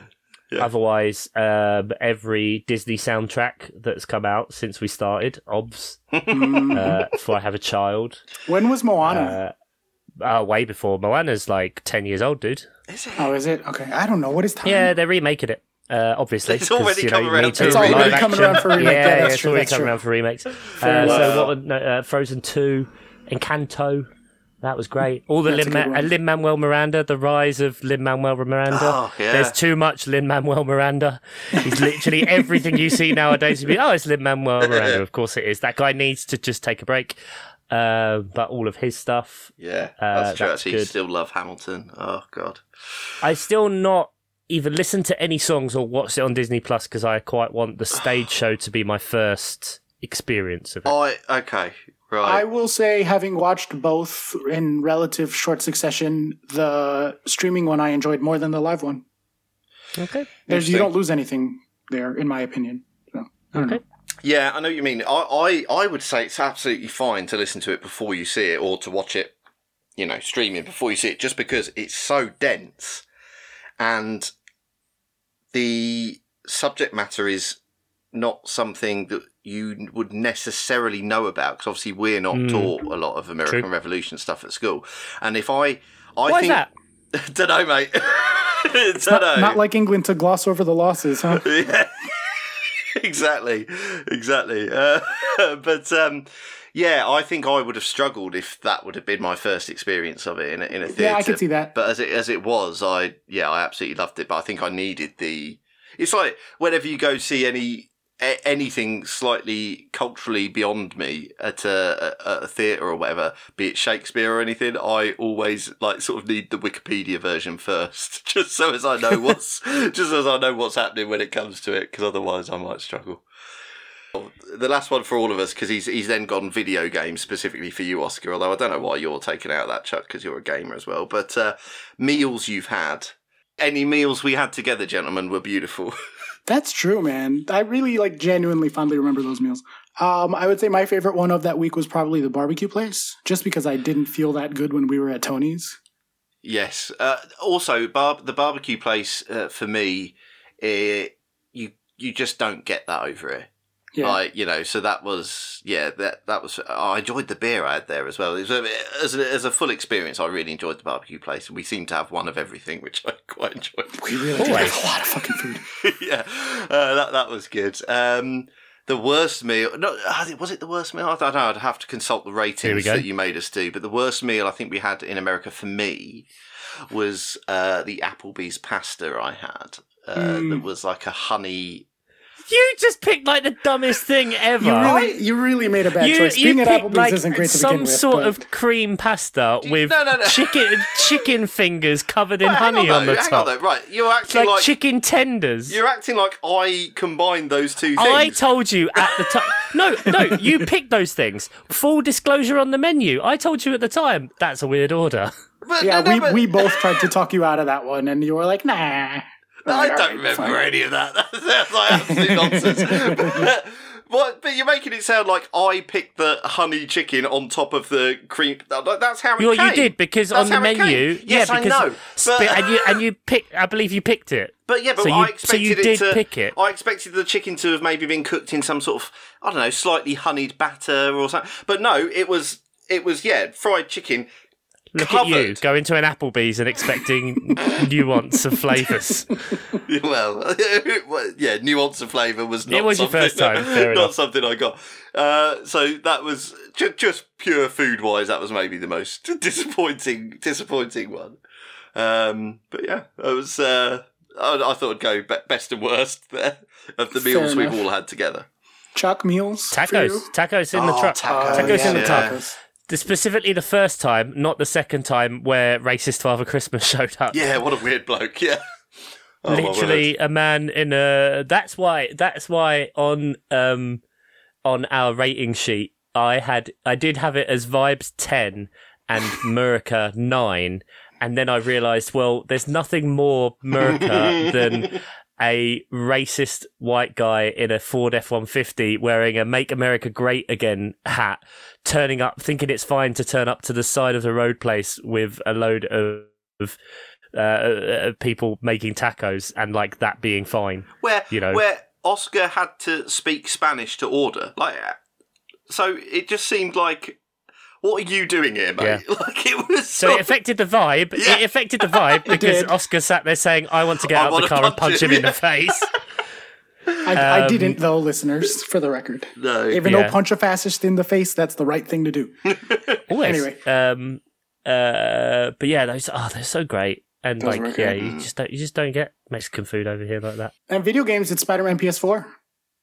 [SPEAKER 1] Yeah.
[SPEAKER 2] Otherwise, um, every Disney soundtrack that's come out since we started, obs,
[SPEAKER 3] Mm.
[SPEAKER 2] uh, for I Have a Child,
[SPEAKER 3] when was Moana?
[SPEAKER 2] uh, uh, way before Moana's like 10 years old, dude.
[SPEAKER 1] Is it?
[SPEAKER 3] oh, is it? Okay, I don't know. What is time?
[SPEAKER 2] Yeah, they're remaking it. Uh, obviously,
[SPEAKER 1] It's already
[SPEAKER 2] 'cause, you
[SPEAKER 1] come
[SPEAKER 2] know, you
[SPEAKER 1] around
[SPEAKER 2] need
[SPEAKER 1] for
[SPEAKER 2] to
[SPEAKER 1] It's
[SPEAKER 2] live
[SPEAKER 1] already
[SPEAKER 2] action.
[SPEAKER 3] come around for a remake.
[SPEAKER 2] Yeah,
[SPEAKER 3] That's
[SPEAKER 2] yeah,
[SPEAKER 3] true,
[SPEAKER 2] it's already
[SPEAKER 3] that's
[SPEAKER 2] come
[SPEAKER 3] true.
[SPEAKER 2] around for remakes. Uh,
[SPEAKER 3] Fair enough.
[SPEAKER 2] so, what, would- no, uh, Frozen Two, Encanto, that was great. All the
[SPEAKER 3] That's a
[SPEAKER 2] Lin,
[SPEAKER 3] good
[SPEAKER 2] Ma- uh,
[SPEAKER 3] one.
[SPEAKER 2] Lin Manuel Miranda, the rise of Lin Manuel Miranda.
[SPEAKER 1] Oh, yeah.
[SPEAKER 2] There's too much Lin Manuel Miranda. He's literally everything you see nowadays. You'd be, oh, it's Lin Manuel Miranda. Of course it is. That guy needs to just take a break. Uh, but all of his stuff,
[SPEAKER 1] Yeah,
[SPEAKER 2] Uh,
[SPEAKER 1] that's true.
[SPEAKER 2] that's
[SPEAKER 1] Actually,
[SPEAKER 2] good.
[SPEAKER 1] still love Hamilton. Oh God.
[SPEAKER 2] I still not even listen to any songs or watch it on Disney Plus because I quite want the stage show to be my first experience of it.
[SPEAKER 1] I okay. Right.
[SPEAKER 3] I will say, having watched both in relative short succession, the streaming one I enjoyed more than the live one.
[SPEAKER 2] Okay.
[SPEAKER 3] There's,
[SPEAKER 1] Interesting.
[SPEAKER 3] you don't lose anything there, in my opinion. So, I don't know.
[SPEAKER 1] Yeah, I know what you mean. I, I, I would say it's absolutely fine to listen to it before you see it or to watch it, you know, streaming before you see it, just because it's so dense and the subject matter is not something that you would necessarily know about because obviously we're not
[SPEAKER 2] Mm.
[SPEAKER 1] taught a lot of American
[SPEAKER 2] True.
[SPEAKER 1] Revolution stuff at school. And if I, I
[SPEAKER 2] Why is
[SPEAKER 1] think,
[SPEAKER 2] that?
[SPEAKER 1] don't know, mate. don't know.
[SPEAKER 3] Not like England to gloss over the losses, huh?
[SPEAKER 1] Yeah. exactly, exactly. Uh, but um, yeah, I think I would have struggled if that would have been my first experience of it in a, in a theatre.
[SPEAKER 3] Yeah, I could see that.
[SPEAKER 1] But as it as it was, I yeah, I absolutely loved it. But I think I needed the. It's like whenever you go see any a- anything slightly culturally beyond me at a, a, a theatre or whatever, be it Shakespeare or anything, I always like sort of need the Wikipedia version first, just so as I know what's just as I know what's happening when it comes to it, because otherwise I might struggle. The last one for all of us, because he's he's then gone video games specifically for you, Oscar. Although I don't know why you're taking out that Chuck, because you're a gamer as well. But uh, meals you've had, any meals we had together, gentlemen, were beautiful.
[SPEAKER 3] That's true, man. I really like genuinely fondly remember those meals. Um, I would say my favorite one of that week was probably the barbecue place, just because I didn't feel that good when we were at Tony's.
[SPEAKER 1] Yes. Uh, also, bar- the barbecue place uh, for me, eh, you you just don't get that over here.
[SPEAKER 3] Yeah,
[SPEAKER 1] Like you know, so that was yeah that that was. I enjoyed the beer I had there as well. It was, a- as a, as a full experience, I really enjoyed the barbecue place. We seemed to have one of everything, which I quite enjoyed.
[SPEAKER 3] we really did
[SPEAKER 2] Always.
[SPEAKER 3] have a lot of fucking food.
[SPEAKER 1] yeah, uh, that that was good. Um, the worst meal? No, I think- was it the worst meal? I don't know. I'd have to consult the
[SPEAKER 2] Here we
[SPEAKER 1] ratings
[SPEAKER 2] go.
[SPEAKER 1] that you made us do. But the worst meal I think we had in America for me was uh, the Applebee's pasta I had. Uh,
[SPEAKER 3] Mm.
[SPEAKER 1] That was like a honey.
[SPEAKER 2] You just picked like the dumbest thing ever.
[SPEAKER 3] You really, you really made a bad choice. Being at
[SPEAKER 2] picked,
[SPEAKER 3] Applebee's
[SPEAKER 2] like,
[SPEAKER 3] isn't great to
[SPEAKER 2] some
[SPEAKER 3] begin with.
[SPEAKER 2] sort
[SPEAKER 3] but-
[SPEAKER 2] of cream pasta with
[SPEAKER 1] No, no, no.
[SPEAKER 2] chicken chicken fingers covered in
[SPEAKER 1] Right, hang
[SPEAKER 2] honey
[SPEAKER 1] on,
[SPEAKER 2] on,
[SPEAKER 1] though,
[SPEAKER 2] the
[SPEAKER 1] hang
[SPEAKER 2] top.
[SPEAKER 1] on though. Right, you're
[SPEAKER 2] It's
[SPEAKER 1] acting
[SPEAKER 2] like,
[SPEAKER 1] like,
[SPEAKER 2] chicken tenders.
[SPEAKER 1] you're acting like I combined those two things.
[SPEAKER 2] I told you at the time. No, no, you picked those things. Full disclosure on the menu. I told you at the time. That's a weird order.
[SPEAKER 1] But
[SPEAKER 3] yeah,
[SPEAKER 1] no, no,
[SPEAKER 3] we,
[SPEAKER 1] but-
[SPEAKER 3] we both tried to talk you out of that one, and you were like, nah.
[SPEAKER 1] I
[SPEAKER 3] Like,
[SPEAKER 1] don't
[SPEAKER 3] "Alright,
[SPEAKER 1] remember
[SPEAKER 3] fine."
[SPEAKER 1] any of that. That sounds like absolute nonsense. but, what- but you're making it sound like I picked the honey chicken on top of the cream. Like, that's how it
[SPEAKER 2] Well,
[SPEAKER 1] came.
[SPEAKER 2] you did because
[SPEAKER 1] That's
[SPEAKER 2] on
[SPEAKER 1] how
[SPEAKER 2] the
[SPEAKER 1] it came.
[SPEAKER 2] menu.
[SPEAKER 1] Yes,
[SPEAKER 2] yeah, because
[SPEAKER 1] I know.
[SPEAKER 2] sp-
[SPEAKER 1] But,
[SPEAKER 2] and you and you pick. I believe you picked it.
[SPEAKER 1] but yeah, but
[SPEAKER 2] so you-
[SPEAKER 1] I expected
[SPEAKER 2] so you
[SPEAKER 1] it
[SPEAKER 2] did
[SPEAKER 1] to,
[SPEAKER 2] pick it.
[SPEAKER 1] I expected the chicken to have maybe been cooked in some sort of I don't know, slightly honeyed batter or something. But no, it was it was yeah, fried chicken.
[SPEAKER 2] Look at you
[SPEAKER 1] covered.
[SPEAKER 2] go into an Applebee's and expecting nuance of flavours.
[SPEAKER 1] well, yeah, nuance of flavour was not.
[SPEAKER 2] It was your
[SPEAKER 1] something-
[SPEAKER 2] first time, fair
[SPEAKER 1] not
[SPEAKER 2] enough.
[SPEAKER 1] something I got. Uh, so that was ju- just pure food wise. That was maybe the most disappointing, disappointing one. Um, but yeah, that was. Uh, I, I thought I'd go be- best and worst there of the
[SPEAKER 3] Fair
[SPEAKER 1] meals we've
[SPEAKER 3] enough.
[SPEAKER 1] all had together.
[SPEAKER 3] Chuck meals. for
[SPEAKER 2] Tacos,
[SPEAKER 3] you?
[SPEAKER 2] tacos in the
[SPEAKER 1] Oh,
[SPEAKER 2] truck.
[SPEAKER 1] tacos,
[SPEAKER 2] tacos in the
[SPEAKER 1] yeah.
[SPEAKER 2] truck. The- Specifically, the first time, not the second time, where racist Father Christmas showed up.
[SPEAKER 1] Yeah, what a weird bloke. Yeah. Oh, my word.
[SPEAKER 2] literally a man in a that's why that's why on um on our rating sheet i had i did have it as vibes 10 and murica 9 and then i realized well there's nothing more murica than a racist white guy in a Ford F-150 wearing a Make America Great Again hat, turning up, thinking it's fine to turn up to the side of the road place with a load of, of uh, uh, people making tacos and like that being fine.
[SPEAKER 1] where
[SPEAKER 2] you know.
[SPEAKER 1] where Oscar had to speak Spanish to order. Like, uh, so it just seemed like, what are you doing here, mate? Like it was
[SPEAKER 2] So it
[SPEAKER 1] sort of-
[SPEAKER 2] affected the vibe.
[SPEAKER 1] Oh. Yeah.
[SPEAKER 2] It affected the vibe because
[SPEAKER 3] did.
[SPEAKER 2] Oscar sat there saying, "I want to get
[SPEAKER 1] I
[SPEAKER 2] out of
[SPEAKER 1] wanna
[SPEAKER 2] the car and
[SPEAKER 1] punch
[SPEAKER 2] punch
[SPEAKER 1] him,
[SPEAKER 2] him in
[SPEAKER 1] yeah.
[SPEAKER 2] the face."
[SPEAKER 3] I, I
[SPEAKER 2] Um,
[SPEAKER 3] didn't, though, listeners, for the record.
[SPEAKER 1] no.
[SPEAKER 3] Even
[SPEAKER 2] Yeah.
[SPEAKER 3] though punch a fascist in the face, that's the right thing to do.
[SPEAKER 2] Always.
[SPEAKER 3] Anyway.
[SPEAKER 2] Um. Uh. But yeah, those oh, they're so great. And
[SPEAKER 3] Those were
[SPEAKER 2] like,
[SPEAKER 3] good.
[SPEAKER 2] yeah, you just don't you just don't get Mexican food over here like that.
[SPEAKER 3] And video games, it's Spider Man PS4.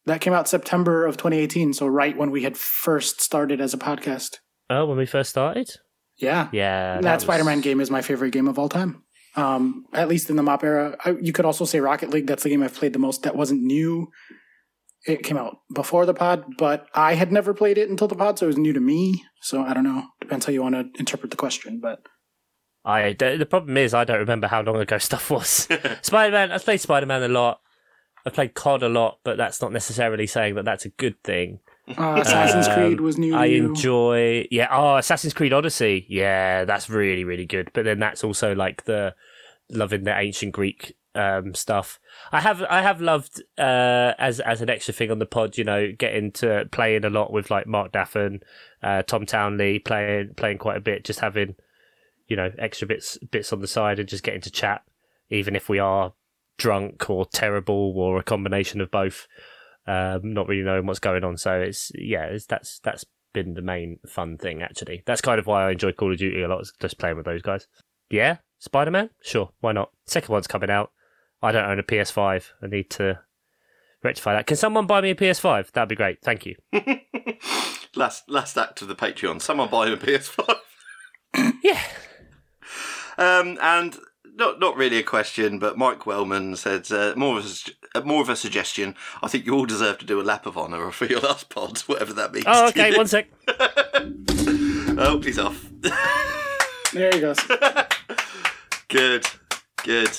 [SPEAKER 3] That came out September of 2018, so right when we had first started as a podcast.
[SPEAKER 2] Oh, when we first started,
[SPEAKER 3] Yeah.
[SPEAKER 2] yeah,
[SPEAKER 3] that,
[SPEAKER 2] that was-
[SPEAKER 3] Spider Man game is my favorite game of all time. Um, at least in the MOP era. I, you could also say Rocket League. That's the game I've played the most that wasn't new. It came out before the pod, but I had never played it until the pod, so it was new to me. So I don't know. Depends how you want to interpret the question, but
[SPEAKER 2] I the, the problem is I don't remember how long ago stuff was. Spider Man, I played Spider Man a lot. I played COD a lot, but that's not necessarily saying that that's a good thing.
[SPEAKER 3] uh, Assassin's
[SPEAKER 2] Um,
[SPEAKER 3] Creed was new.
[SPEAKER 2] I
[SPEAKER 3] to you.
[SPEAKER 2] enjoy, yeah. Oh, Assassin's Creed Odyssey, yeah, that's really really good. But then that's also like the loving the ancient Greek um, stuff. I have I have loved uh, as as an extra thing on the pod, you know, getting to playing a lot with like Mark Daffin, uh, Tom Townley, playing playing quite a bit, just having you know extra bits bits on the side and just getting to chat, even if we are drunk or terrible or a combination of both. Um, not really knowing what's going on, so it's yeah, it's, that's that's been the main fun thing actually. That's kind of why I enjoy Call of Duty a lot, is just playing with those guys. Yeah, Spider Man, sure, why not? Second one's coming out. I don't own a PS5. I need to rectify that. Can someone buy me a PS5? That'd be great. Thank you.
[SPEAKER 1] last last act of the Patreon. Someone buy him a PS5.
[SPEAKER 2] Yeah.
[SPEAKER 1] Um, and not not really a question, but Mike Wellman said uh, more of a, sug- uh, more of a suggestion. I think you all deserve to do a lap of honour for your last pod, whatever that means.
[SPEAKER 2] Oh,
[SPEAKER 1] to
[SPEAKER 2] okay.
[SPEAKER 1] you.
[SPEAKER 2] One sec.
[SPEAKER 1] Oh, he's off.
[SPEAKER 3] There he goes.
[SPEAKER 1] good, good.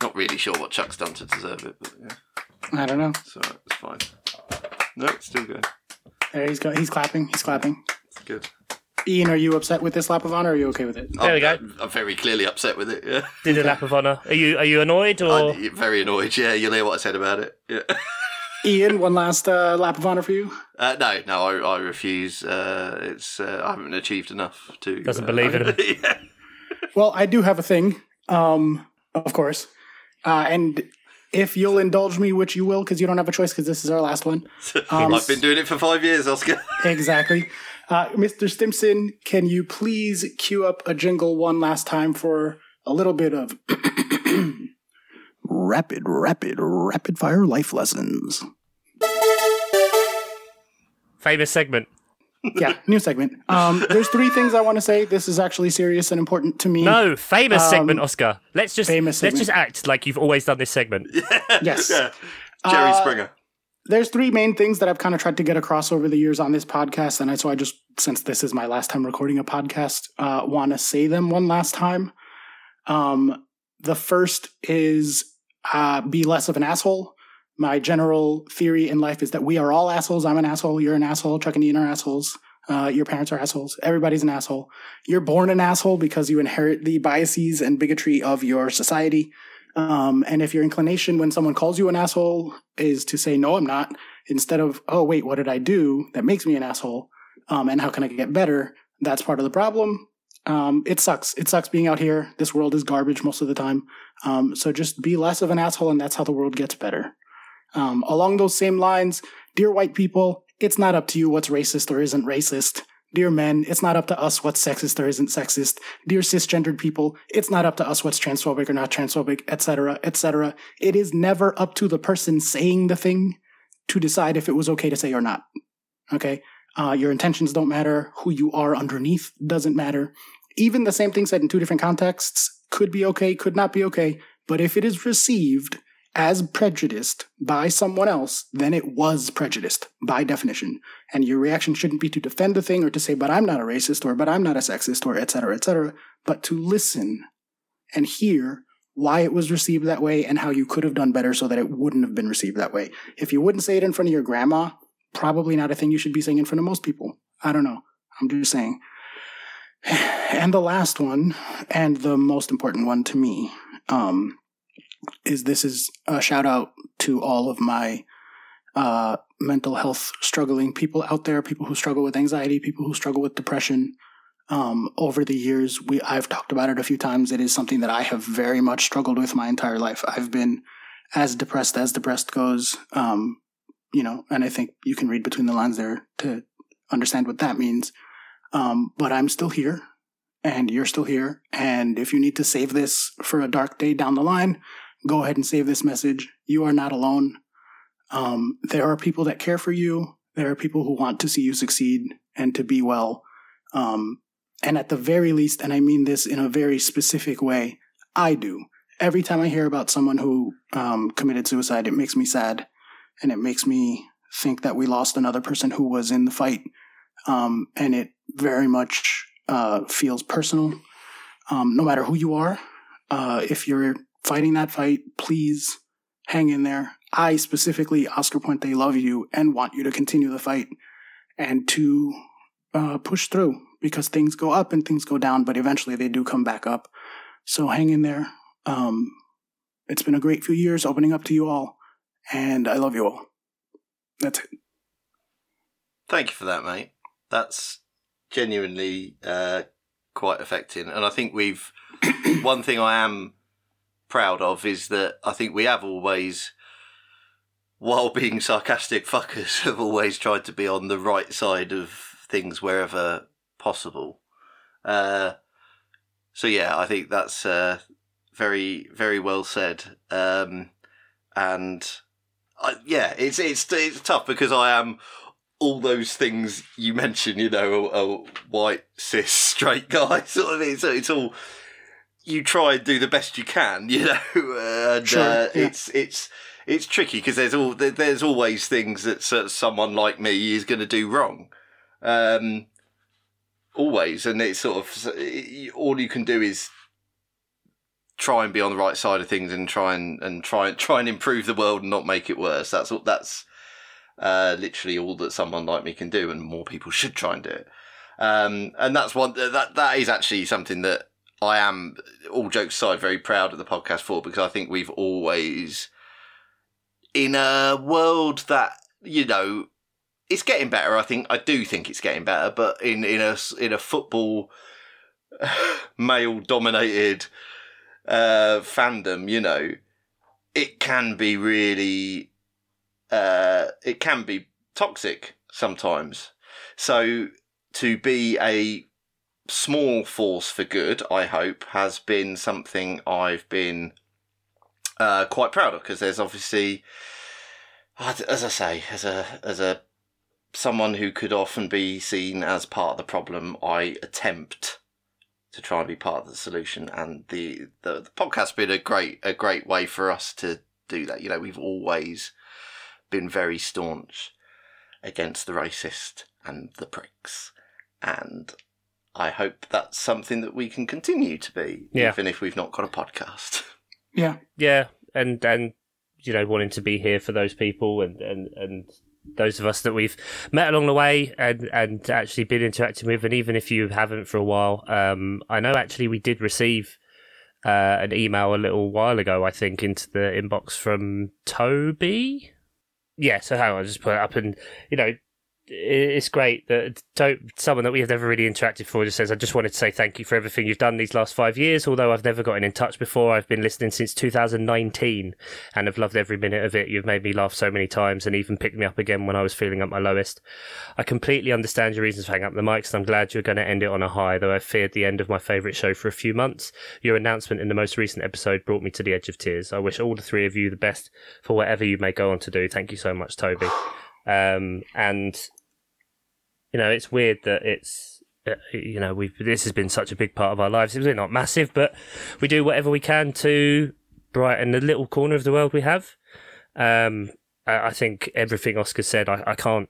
[SPEAKER 1] Not really sure what Chuck's done to deserve it, but yeah,
[SPEAKER 3] I don't know.
[SPEAKER 1] it's alright, it's fine. No, it's still good.
[SPEAKER 3] There he's go. He's clapping. He's clapping.
[SPEAKER 1] It's good.
[SPEAKER 3] Ian, are you upset with this lap of honor? Or are you okay with it?
[SPEAKER 2] There we go.
[SPEAKER 1] I'm, I'm very clearly upset with it. Yeah,
[SPEAKER 2] Did a lap of honor. Are you are you annoyed or?
[SPEAKER 1] I'm very annoyed. Yeah, you'll hear what I said about it. Yeah.
[SPEAKER 3] Ian, one last uh, lap of honor for you.
[SPEAKER 1] Uh, no, no, I, I refuse. Uh, it's uh, I haven't achieved enough to.
[SPEAKER 2] Doesn't
[SPEAKER 1] uh,
[SPEAKER 2] believe in him.
[SPEAKER 1] yeah.
[SPEAKER 3] Well, I do have a thing, um, of course. Uh, and if you'll indulge me, which you will, because you don't have a choice, because this is our last one. Um,
[SPEAKER 1] I've been doing it for five years, Oscar.
[SPEAKER 3] exactly. Uh, Mr. Stimson, can you please cue up a jingle one last time for a little bit of rapid, rapid, rapid fire life lessons?
[SPEAKER 2] Famous segment.
[SPEAKER 3] Yeah, new segment. Um, there's three things I want to say. This is actually serious and important to me.
[SPEAKER 2] No, famous segment, Oscar. Let's just
[SPEAKER 3] famous
[SPEAKER 2] let's just act like you've always done this segment.
[SPEAKER 3] Yes.
[SPEAKER 1] yeah. Jerry
[SPEAKER 3] Uh,
[SPEAKER 1] Springer.
[SPEAKER 3] there's three main things that I've kind of tried to get across over the years on this podcast, and I, so I just since this is my last time recording a podcast, uh, want to say them one last time. Um, the first is uh, be less of an asshole. My general theory in life is that we are all assholes. I'm an asshole. You're an asshole. Chuck and Ian are assholes. Uh, your parents are assholes. Everybody's an asshole. You're born an asshole because you inherit the biases and bigotry of your society. Um, and if your inclination when someone calls you an asshole is to say, no, I'm not, instead of, oh, wait, what did I do that makes me an asshole? Um, and how can I get better? That's part of the problem. Um, it sucks. It sucks being out here. This world is garbage most of the time. Um, so just be less of an asshole, and that's how the world gets better. Um, along those same lines, dear white people, it's not up to you what's racist or isn't racist. Dear men, it's not up to us what's sexist or isn't sexist. Dear cisgendered people, it's not up to us what's transphobic or not transphobic, etc., etc. It is never up to the person saying the thing to decide if it was okay to say or not. Okay? Uh, your intentions don't matter. Who you are underneath doesn't matter. Even the same thing said in two different contexts could be okay, could not be okay. But if it is received as prejudiced by someone else, then it was prejudiced by definition and your reaction shouldn't be to defend the thing or to say but i'm not a racist or but i'm not a sexist or et cetera, et cetera, but to listen and hear why it was received that way and how you could have done better so that it wouldn't have been received that way if you wouldn't say it in front of your grandma probably not a thing you should be saying in front of most people i don't know i'm just saying and the last one and the most important one to me um, is this is a shout out to all of my uh, mental health struggling people out there, people who struggle with anxiety, people who struggle with depression. Um, over the years, we I've talked about it a few times. It is something that I have very much struggled with my entire life. I've been as depressed as depressed goes, um, you know, and I think you can read between the lines there to understand what that means. Um, but I'm still here, and you're still here. And if you need to save this for a dark day down the line, go ahead and save this message. You are not alone. Um, there are people that care for you. There are people who want to see you succeed and to be well. Um, and at the very least, and I mean this in a very specific way, I do. Every time I hear about someone who um, committed suicide, it makes me sad and it makes me think that we lost another person who was in the fight. Um, and it very much uh, feels personal. Um, no matter who you are, uh, if you're fighting that fight, please hang in there. I specifically, Oscar Puente, love you and want you to continue the fight and to uh, push through because things go up and things go down, but eventually they do come back up. So hang in there. Um, it's been a great few years opening up to you all, and I love you all. That's it.
[SPEAKER 1] Thank you for that, mate. That's genuinely uh, quite affecting, and I think we've. one thing I am proud of is that I think we have always, while being sarcastic fuckers, have always tried to be on the right side of things wherever possible. Uh, so yeah, I think that's uh, very very well said, um, and I, yeah, it's it's it's tough because I am all those things you mentioned. You know, a, a white cis straight guy sort of. It's it's all you try and do the best you can. You know, and
[SPEAKER 3] Sure,
[SPEAKER 1] uh,
[SPEAKER 3] yeah.
[SPEAKER 1] it's it's it's tricky because there's all there- there's always things that sort of someone like me is going to do wrong. Um, always, and it's sort of all you can do is try and be on the right side of things and try and and try and try and improve the world and not make it worse. That's all. That's uh, literally all that someone like me can do, and more people should try and do it. Um, and that's one that that is actually something that I am, all jokes aside, very proud of the podcast for because I think we've always, in a world that you know, it's getting better. I think I do think it's getting better, but in in a s- in a football male dominated uh, fandom, you know, it can be really, uh, it can be toxic sometimes. So to be a small force for good, I hope, has been something I've been uh, quite proud of because there's obviously, as I say, as a as a someone who could often be seen as part of the problem, I attempt to try and be part of the solution, and the the, the podcast's been a great a great way for us to do that. You know, we've always been very staunch against the racist and the pricks, and I hope that's something that we can continue to be,
[SPEAKER 2] Yeah.
[SPEAKER 1] even if we've not got a podcast.
[SPEAKER 3] Yeah.
[SPEAKER 2] yeah and and you know wanting to be here for those people and and and those of us that we've met along the way and and actually been interacting with and even if you haven't for a while um i know actually we did receive uh, an email a little while ago i think into the inbox from toby yeah so hang on i'll just put it up and you know i- it's great that to- someone that we have never really interacted before just says, I just wanted to say thank you for everything you've done these last five years. Although I've never gotten in touch before, I've been listening since 2019 and have loved every minute of it. You've made me laugh so many times and even picked me up again when I was feeling at my lowest. I completely understand your reasons for hanging up the mics, and I'm glad you're going to end it on a high, though I feared the end of my favourite show for a few months. Your announcement in the most recent episode brought me to the edge of tears. I wish all the three of you the best for whatever you may go on to do. Thank you so much, Toby. Um, and you know, it's weird that it's uh, you know we've this has been such a big part of our lives. It's really not massive, but we do whatever we can to brighten the little corner of the world we have. Um, I, I think everything Oscar said, I, I can't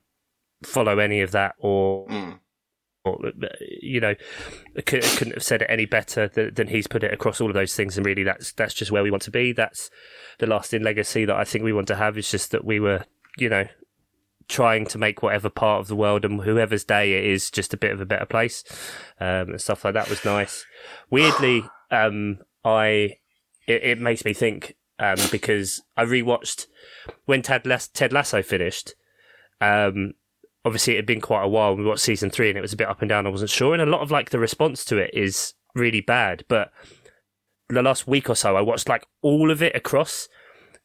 [SPEAKER 2] follow any of that or
[SPEAKER 1] Mm.
[SPEAKER 2] or, you know, I cou- I couldn't have said it any better th- than he's put it across all of those things. And really, that's that's just where we want to be. That's the lasting legacy that I think we want to have. Is just that we were, you know, trying to make whatever part of the world and whoever's day it is just a bit of a better place, um, and stuff like that was nice. Weirdly, um, I it, it makes me think um, because I rewatched when Ted, Las- Ted Lasso finished. Um, obviously, it had been quite a while. We watched season three, and it was a bit up and down. I wasn't sure, and a lot of like the response to it is really bad. But the last week or so, I watched like all of it across,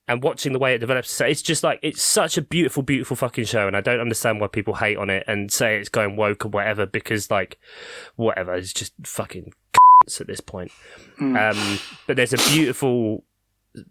[SPEAKER 2] and watching the way it develops, so it's just like it's such a beautiful, beautiful fucking show. And I don't understand why people hate on it and say it's going woke or whatever because like whatever, it's just fucking at this point. Um, but there's a beautiful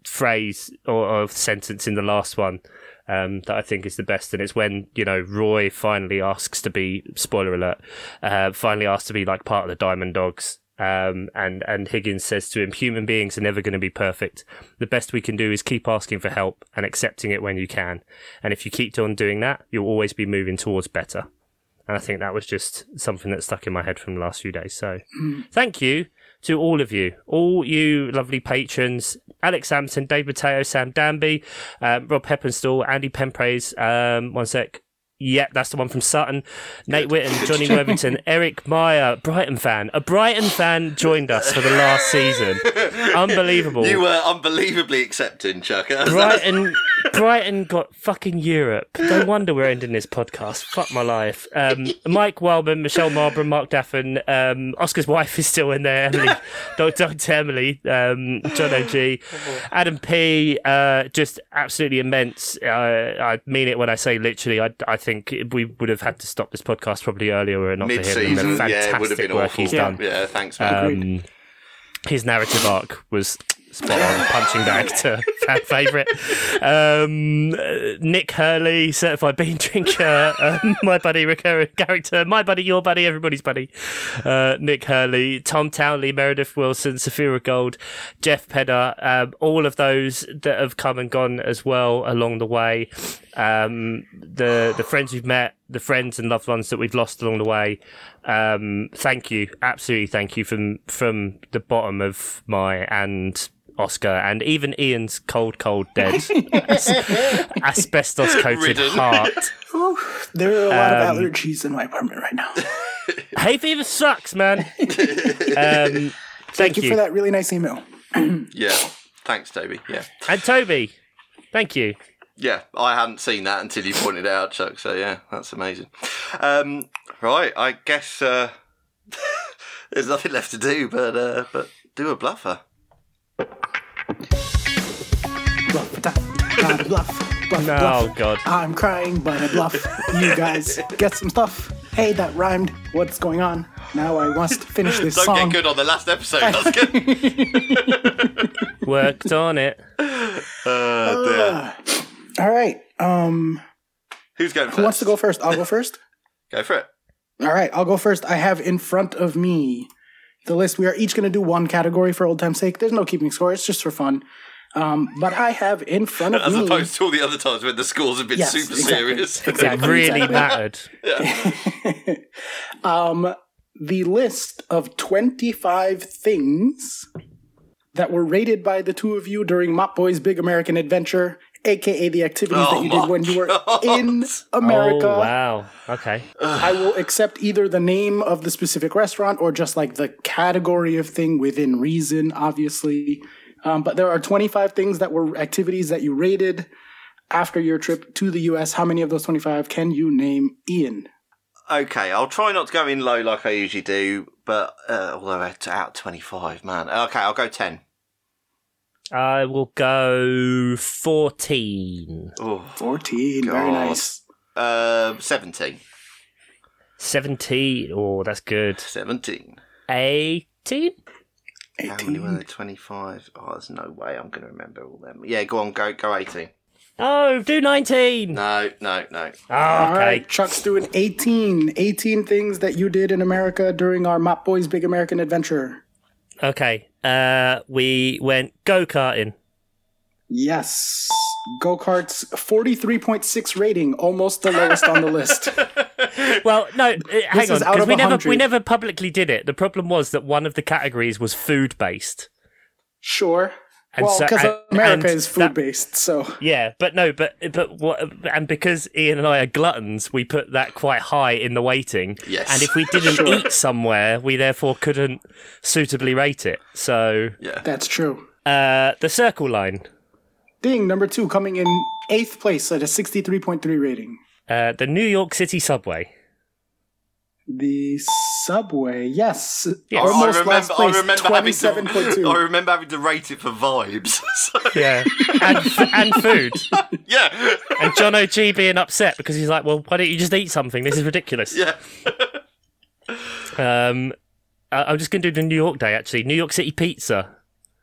[SPEAKER 2] phrase or, or sentence in the last one um, that I think is the best, and it's when you know Roy finally asks to be spoiler alert, uh, finally asks to be like part of the Diamond Dogs. Um, and and Higgins says to him, "Human beings are never going to be perfect. The best we can do is keep asking for help and accepting it when you can. And if you keep on doing that, you'll always be moving towards better." And I think that was just something that stuck in my head from the last few days. So,
[SPEAKER 1] Hmm.
[SPEAKER 2] thank you to all of you, all you lovely patrons Alex Sampson, Dave Mateo, Sam Danby, um, Rob Heppenstall, Andy Penpraise, um, one sec. Yeah, that's the one from Sutton. Nate Whitten, Johnny Worthington, Eric Meyer, Brighton fan. A Brighton fan joined us for the last season. Unbelievable.
[SPEAKER 1] You were unbelievably accepting, Chuck. That's- that's-
[SPEAKER 2] Brighton, Brighton got fucking Europe. No wonder we're ending this podcast. Fuck my life. Um, Mike Wellman, Michelle Marlborough, Mark Daffin, um, Oscar's wife is still in there. Emily, Dr. Dr. Emily, um, John O.G., Adam P. Uh, just absolutely immense. Uh, I mean it when I say literally. I, I think we would have had to stop this podcast probably earlier were it not for him.
[SPEAKER 1] mid-season,
[SPEAKER 2] and the
[SPEAKER 1] yeah, it would have
[SPEAKER 2] fantastic
[SPEAKER 1] been
[SPEAKER 2] work
[SPEAKER 1] awful.
[SPEAKER 3] Um,
[SPEAKER 2] he's done
[SPEAKER 1] Yeah, thanks, man.
[SPEAKER 3] Agreed.
[SPEAKER 2] um, his narrative arc was spot on punching bag to fan favourite. Um, uh, Nick Hurley, certified bean drinker. Um, my buddy, recurring character. My buddy, your buddy, everybody's buddy. Uh, Nick Hurley, Tom Townley, Meredith Wilson, Sophia Gold, Jeff Pedder. Um, all of those that have come and gone as well along the way. Um, the the friends we've met, the friends and loved ones that we've lost along the way. Um, thank you, absolutely thank you from from the bottom of my and Oscar and even Ian's cold, cold dead asbestos coated
[SPEAKER 1] Ridden.
[SPEAKER 2] heart.
[SPEAKER 3] Ooh, there are a lot
[SPEAKER 2] Um,
[SPEAKER 3] of allergies in my apartment right now. Thank,
[SPEAKER 2] Hay fever sucks, man. Um, thank
[SPEAKER 3] you for that really nice email.
[SPEAKER 1] Yeah. Thanks, Toby. Yeah.
[SPEAKER 2] and Toby. Thank you.
[SPEAKER 1] Yeah, I hadn't seen that until you pointed it out, Chuck. So yeah, that's amazing. Um, right, I guess uh, there's nothing left to do but uh, but do a bluffer.
[SPEAKER 3] Bluff, da, da, bluff, bluff,
[SPEAKER 2] Oh
[SPEAKER 3] bluff.
[SPEAKER 2] God.
[SPEAKER 3] I'm crying, but I bluff. You guys get some stuff. Hey, that rhymed. What's going on? Now I must finish this
[SPEAKER 1] Don't
[SPEAKER 3] song.
[SPEAKER 1] get good on the last episode, Oscar.
[SPEAKER 2] Worked on it.
[SPEAKER 1] uh, dear.
[SPEAKER 3] All right. Um,
[SPEAKER 1] Who's going first?
[SPEAKER 3] who wants to go first? I'll go first.
[SPEAKER 1] Go for it.
[SPEAKER 3] All right, I'll go first. I have in front of me the list. We are each going to do one category for old time's sake. There's no keeping score, it's just for fun. Um, but I have in front of
[SPEAKER 1] As
[SPEAKER 3] me.
[SPEAKER 1] opposed to all the other times when the scores have been
[SPEAKER 3] Yes,
[SPEAKER 1] super
[SPEAKER 3] exactly,
[SPEAKER 1] serious.
[SPEAKER 2] It
[SPEAKER 3] exactly,
[SPEAKER 2] really
[SPEAKER 3] exactly.
[SPEAKER 2] mattered.
[SPEAKER 3] um, the list of 25 things that were rated by the two of you during Mop Boy's Big American Adventure, aka the activities
[SPEAKER 1] Oh
[SPEAKER 3] that you
[SPEAKER 1] my
[SPEAKER 3] did when you were
[SPEAKER 1] God.
[SPEAKER 3] in America.
[SPEAKER 2] Oh wow. Okay.
[SPEAKER 3] I will accept either the name of the specific restaurant or just like the category of thing within reason, obviously. Um, but there are 25 things that were activities that you rated after your trip to the US. How many of those 25 can you name, Ian?
[SPEAKER 1] Okay, I'll try not to go in low like I usually do, but uh, although out out twenty five, man. Okay, I'll go ten.
[SPEAKER 2] I will go fourteen.
[SPEAKER 1] Oh,
[SPEAKER 3] 14. Very
[SPEAKER 1] God.
[SPEAKER 3] nice.
[SPEAKER 1] uh, seventeen.
[SPEAKER 2] 17. Oh, that's good.
[SPEAKER 1] Seventeen.
[SPEAKER 2] 18?
[SPEAKER 1] How many were
[SPEAKER 3] 18.
[SPEAKER 1] there? 25? Oh, there's no way I'm going to remember all them. Yeah, go on, go go 18.
[SPEAKER 2] Oh, do 19.
[SPEAKER 1] No, no, no.
[SPEAKER 2] Ah,
[SPEAKER 3] All
[SPEAKER 2] okay.
[SPEAKER 3] right, Chuck's doing 18. 18 things that you did in America during our Mop Boys Big American Adventure.
[SPEAKER 2] Okay. Uh, we went go karting.
[SPEAKER 3] Yes. Go karts, 43.6 rating, almost the lowest on the list.
[SPEAKER 2] Well, no, uh, hang on,
[SPEAKER 3] is
[SPEAKER 2] because
[SPEAKER 3] out of
[SPEAKER 2] we never
[SPEAKER 3] 100.
[SPEAKER 2] we never publicly did it. The problem was that one of the categories was food based.
[SPEAKER 3] Sure.
[SPEAKER 2] And
[SPEAKER 3] well,
[SPEAKER 2] so-
[SPEAKER 3] because
[SPEAKER 2] and-
[SPEAKER 3] America
[SPEAKER 2] and
[SPEAKER 3] is
[SPEAKER 2] that-
[SPEAKER 3] food based, so
[SPEAKER 2] Yeah, but no, but but what? And because Ian and I are gluttons, we put that quite high in the weighting.
[SPEAKER 1] Yes.
[SPEAKER 2] And if we didn't
[SPEAKER 3] Sure.
[SPEAKER 2] eat somewhere, we therefore couldn't suitably rate it. So
[SPEAKER 1] Yeah.
[SPEAKER 3] that's true.
[SPEAKER 2] uh, the circle line.
[SPEAKER 3] Ding, number two, coming in eighth place at a 63.3 rating.
[SPEAKER 2] Uh, the New York City subway.
[SPEAKER 3] The subway, yes.
[SPEAKER 2] Yes.
[SPEAKER 1] I
[SPEAKER 3] Almost last
[SPEAKER 1] remember, I
[SPEAKER 3] place,
[SPEAKER 1] remember having to,
[SPEAKER 3] 27.2.
[SPEAKER 1] I remember having to rate it for vibes. So,
[SPEAKER 2] Yeah, and, f- and food.
[SPEAKER 1] yeah.
[SPEAKER 2] And John OG being upset because he's like, well, why don't you just eat something? This is ridiculous.
[SPEAKER 1] Yeah.
[SPEAKER 2] Um, I- I'm just going to do the New York day, actually. New York City pizza.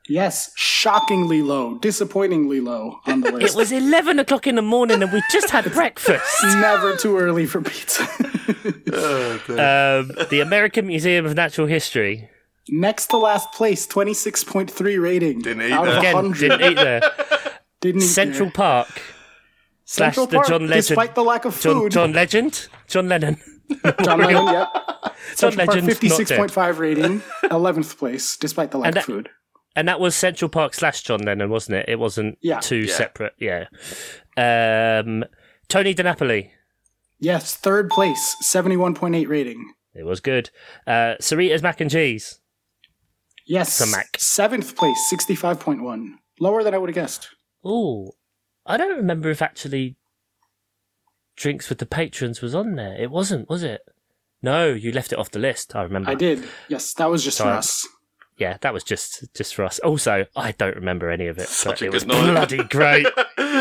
[SPEAKER 3] Yes, shockingly low, disappointingly low on the
[SPEAKER 2] It
[SPEAKER 3] list.
[SPEAKER 2] was 11 o'clock in the morning and we just had breakfast.
[SPEAKER 3] Never too early for pizza.
[SPEAKER 2] Um, the American Museum of Natural History.
[SPEAKER 3] Next to last place, 26.3 rating.
[SPEAKER 1] Didn't eat
[SPEAKER 3] out of
[SPEAKER 1] there.
[SPEAKER 2] Again,
[SPEAKER 3] 100.
[SPEAKER 2] didn't eat there.
[SPEAKER 3] Didn't eat
[SPEAKER 2] Central
[SPEAKER 3] there.
[SPEAKER 2] Park. Slash
[SPEAKER 3] Central
[SPEAKER 2] the
[SPEAKER 3] Park,
[SPEAKER 2] John Legend.
[SPEAKER 3] Despite the lack of
[SPEAKER 2] John,
[SPEAKER 3] food.
[SPEAKER 2] John Legend? John Lennon.
[SPEAKER 3] John Lennon, yep.
[SPEAKER 2] John
[SPEAKER 3] Central Park,
[SPEAKER 2] Legend. Not dead.
[SPEAKER 3] 56.5 rating, 11th place, despite the lack
[SPEAKER 2] And
[SPEAKER 3] of
[SPEAKER 2] that-
[SPEAKER 3] food.
[SPEAKER 2] And that was Central Park slash John Lennon, wasn't it? It wasn't
[SPEAKER 3] Yeah.
[SPEAKER 2] two
[SPEAKER 1] Yeah.
[SPEAKER 2] separate. Yeah. Um, Tony DiNapoli.
[SPEAKER 3] Yes, third place, 71.8 rating.
[SPEAKER 2] It was good. Uh, Sarita's Mac and Cheese.
[SPEAKER 3] Yes,
[SPEAKER 2] It's a Mac.
[SPEAKER 3] seventh place, 65.1. Lower than I would have guessed.
[SPEAKER 2] Oh, I don't remember if actually drinks with the patrons was on there. It wasn't, was it? No, you left it off the list. I remember.
[SPEAKER 3] I did. Yes, that was just for
[SPEAKER 2] Sorry.
[SPEAKER 3] us.
[SPEAKER 2] Yeah, that was just just for us. Also, I don't remember any of it.
[SPEAKER 1] Such
[SPEAKER 2] but
[SPEAKER 1] a
[SPEAKER 2] it
[SPEAKER 1] good
[SPEAKER 2] was
[SPEAKER 1] night.
[SPEAKER 2] bloody great.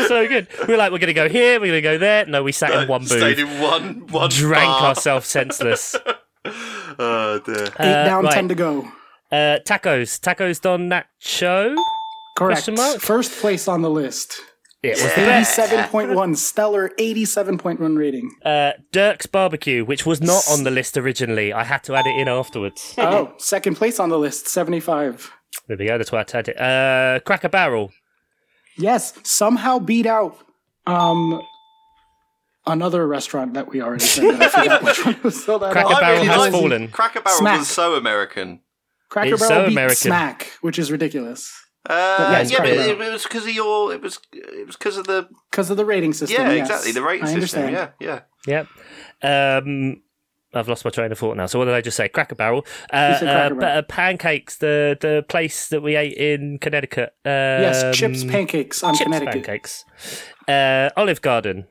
[SPEAKER 2] so good. We were like, we're gonna go here, we're gonna go there. No, we sat in one
[SPEAKER 1] Stayed
[SPEAKER 2] booth,
[SPEAKER 1] in one, one
[SPEAKER 2] drank
[SPEAKER 1] bar.
[SPEAKER 2] ourselves senseless.
[SPEAKER 1] Oh, dear.
[SPEAKER 3] Eight
[SPEAKER 2] Uh,
[SPEAKER 3] down,
[SPEAKER 2] right.
[SPEAKER 3] ten to go.
[SPEAKER 2] Uh, tacos, tacos don nacho.
[SPEAKER 3] Correct.
[SPEAKER 2] Question mark?
[SPEAKER 3] First place on the list.
[SPEAKER 2] It was the best.
[SPEAKER 3] 87.1 stellar 87.1 rating.
[SPEAKER 2] Uh, Dirk's Barbecue, which was not on the list originally. I had to add it in afterwards.
[SPEAKER 3] Oh, second place on the list, 75.
[SPEAKER 2] There we go. That's why I tagged it. Uh, Cracker Barrel.
[SPEAKER 3] Yes, somehow beat out um another restaurant that we already said. That I forgot which one was still that.
[SPEAKER 2] Cracker
[SPEAKER 3] out.
[SPEAKER 2] Barrel has
[SPEAKER 1] liked-
[SPEAKER 2] fallen.
[SPEAKER 1] Cracker Barrel
[SPEAKER 3] Smack.
[SPEAKER 1] was so American.
[SPEAKER 3] Cracker
[SPEAKER 2] It's
[SPEAKER 3] Barrel
[SPEAKER 2] so
[SPEAKER 3] beat
[SPEAKER 2] American.
[SPEAKER 3] Smack, which is ridiculous
[SPEAKER 1] Uh,
[SPEAKER 3] it's
[SPEAKER 1] yeah, but
[SPEAKER 3] Cracker
[SPEAKER 1] it,
[SPEAKER 3] Barrel.
[SPEAKER 1] it was because of your. It was it was because of the.
[SPEAKER 3] because of the rating system.
[SPEAKER 1] Yeah,
[SPEAKER 3] yes.
[SPEAKER 1] exactly the rating
[SPEAKER 3] I
[SPEAKER 1] system.
[SPEAKER 3] understand.
[SPEAKER 1] Yeah, yeah.
[SPEAKER 2] Yep. Um, I've lost my train of thought now. So what did I just say? Cracker Barrel. Uh,
[SPEAKER 3] You said Cracker
[SPEAKER 2] uh,
[SPEAKER 3] Barrel.
[SPEAKER 2] uh, pancakes. The the place that we ate in Connecticut. Um,
[SPEAKER 3] Yes, chips, pancakes on
[SPEAKER 2] chips
[SPEAKER 3] Connecticut.
[SPEAKER 2] pancakes. Uh, Olive Garden.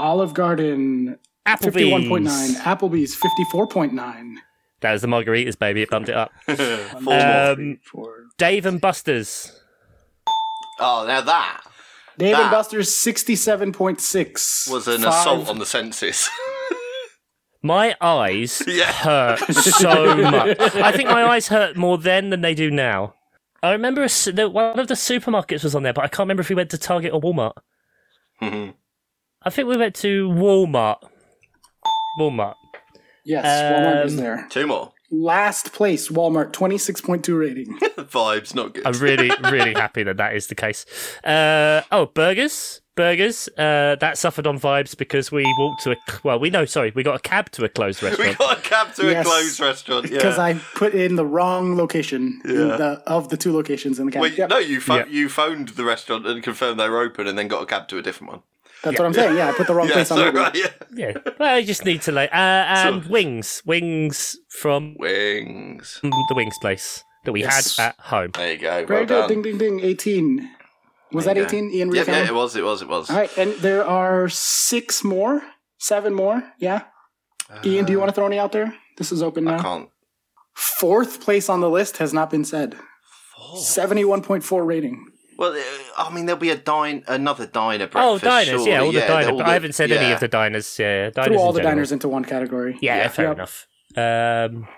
[SPEAKER 3] Olive Garden,
[SPEAKER 2] Applebee's.
[SPEAKER 3] fifty-one point nine. Applebee's, fifty-four point nine.
[SPEAKER 2] That was the margaritas, baby. It bumped it up.
[SPEAKER 1] Four more.
[SPEAKER 2] Um, Dave and Buster's.
[SPEAKER 1] Oh, now that
[SPEAKER 3] Dave and
[SPEAKER 1] that
[SPEAKER 3] Buster's, sixty-seven point six.
[SPEAKER 1] was an assault on the senses.
[SPEAKER 2] My eyes
[SPEAKER 1] Yeah.
[SPEAKER 2] hurt so much. I think my eyes hurt more then than they do now. I remember a, su- the, one of the supermarkets was on there, but I can't remember if we went to Target or Walmart.
[SPEAKER 1] Mhm.
[SPEAKER 2] I think we went to Walmart. Walmart.
[SPEAKER 3] Yes, Walmart was
[SPEAKER 2] Um,
[SPEAKER 3] there.
[SPEAKER 1] Two more
[SPEAKER 3] Last place, Walmart, twenty-six point two rating.
[SPEAKER 1] vibes, not good.
[SPEAKER 2] I'm really, really happy that that is the case. Uh, oh, burgers. Burgers. Uh, that suffered on vibes because we walked to a. Well, we know, sorry, we got a cab to a closed
[SPEAKER 1] we
[SPEAKER 2] restaurant.
[SPEAKER 1] got a cab to
[SPEAKER 3] Yes.
[SPEAKER 1] a closed restaurant. Yeah.
[SPEAKER 3] because I put in the wrong location in
[SPEAKER 1] Yeah.
[SPEAKER 3] the, of the two locations in the cab.
[SPEAKER 1] Wait,
[SPEAKER 3] Yep,
[SPEAKER 1] no, you pho-
[SPEAKER 2] Yeah.
[SPEAKER 1] you phoned the restaurant and confirmed they were open, and then got a cab to a different one.
[SPEAKER 3] that's what I'm saying. Yeah, I put the wrong
[SPEAKER 1] Yeah,
[SPEAKER 3] place on
[SPEAKER 1] so
[SPEAKER 3] the
[SPEAKER 1] right, yeah.
[SPEAKER 2] yeah. Well, you just need to, like. Uh, and
[SPEAKER 1] So-
[SPEAKER 2] wings. Wings from
[SPEAKER 1] Wings.
[SPEAKER 2] the wings place that we
[SPEAKER 3] Yes.
[SPEAKER 2] had at home.
[SPEAKER 1] There you go.
[SPEAKER 3] Very
[SPEAKER 1] Well
[SPEAKER 3] good.
[SPEAKER 1] done.
[SPEAKER 3] Ding ding ding. Eighteen. Was that
[SPEAKER 1] There you
[SPEAKER 3] eighteen?
[SPEAKER 1] go.
[SPEAKER 3] Ian, were you
[SPEAKER 1] Yeah, yeah,
[SPEAKER 3] counting?
[SPEAKER 1] it was, it was, it was.
[SPEAKER 3] All right, and there are six more, seven more. Yeah. Ian, do you want to throw any out there? This is open
[SPEAKER 1] Uh, I
[SPEAKER 3] now.
[SPEAKER 1] can't.
[SPEAKER 3] Fourth place on the list has not been said. Seventy-one point four rating.
[SPEAKER 1] Well, uh, I mean, there'll be a dine, another diner
[SPEAKER 2] Oh,
[SPEAKER 1] breakfast.
[SPEAKER 2] diners.
[SPEAKER 1] surely.
[SPEAKER 2] Yeah, all the diners.
[SPEAKER 1] all
[SPEAKER 2] But I haven't said any
[SPEAKER 1] yeah.
[SPEAKER 2] of the diners. Yeah, diners
[SPEAKER 3] Threw
[SPEAKER 2] in
[SPEAKER 3] all the
[SPEAKER 2] general.
[SPEAKER 3] diners into one category.
[SPEAKER 2] Yeah,
[SPEAKER 1] Yeah.
[SPEAKER 2] fair
[SPEAKER 3] Yep.
[SPEAKER 2] enough. Um,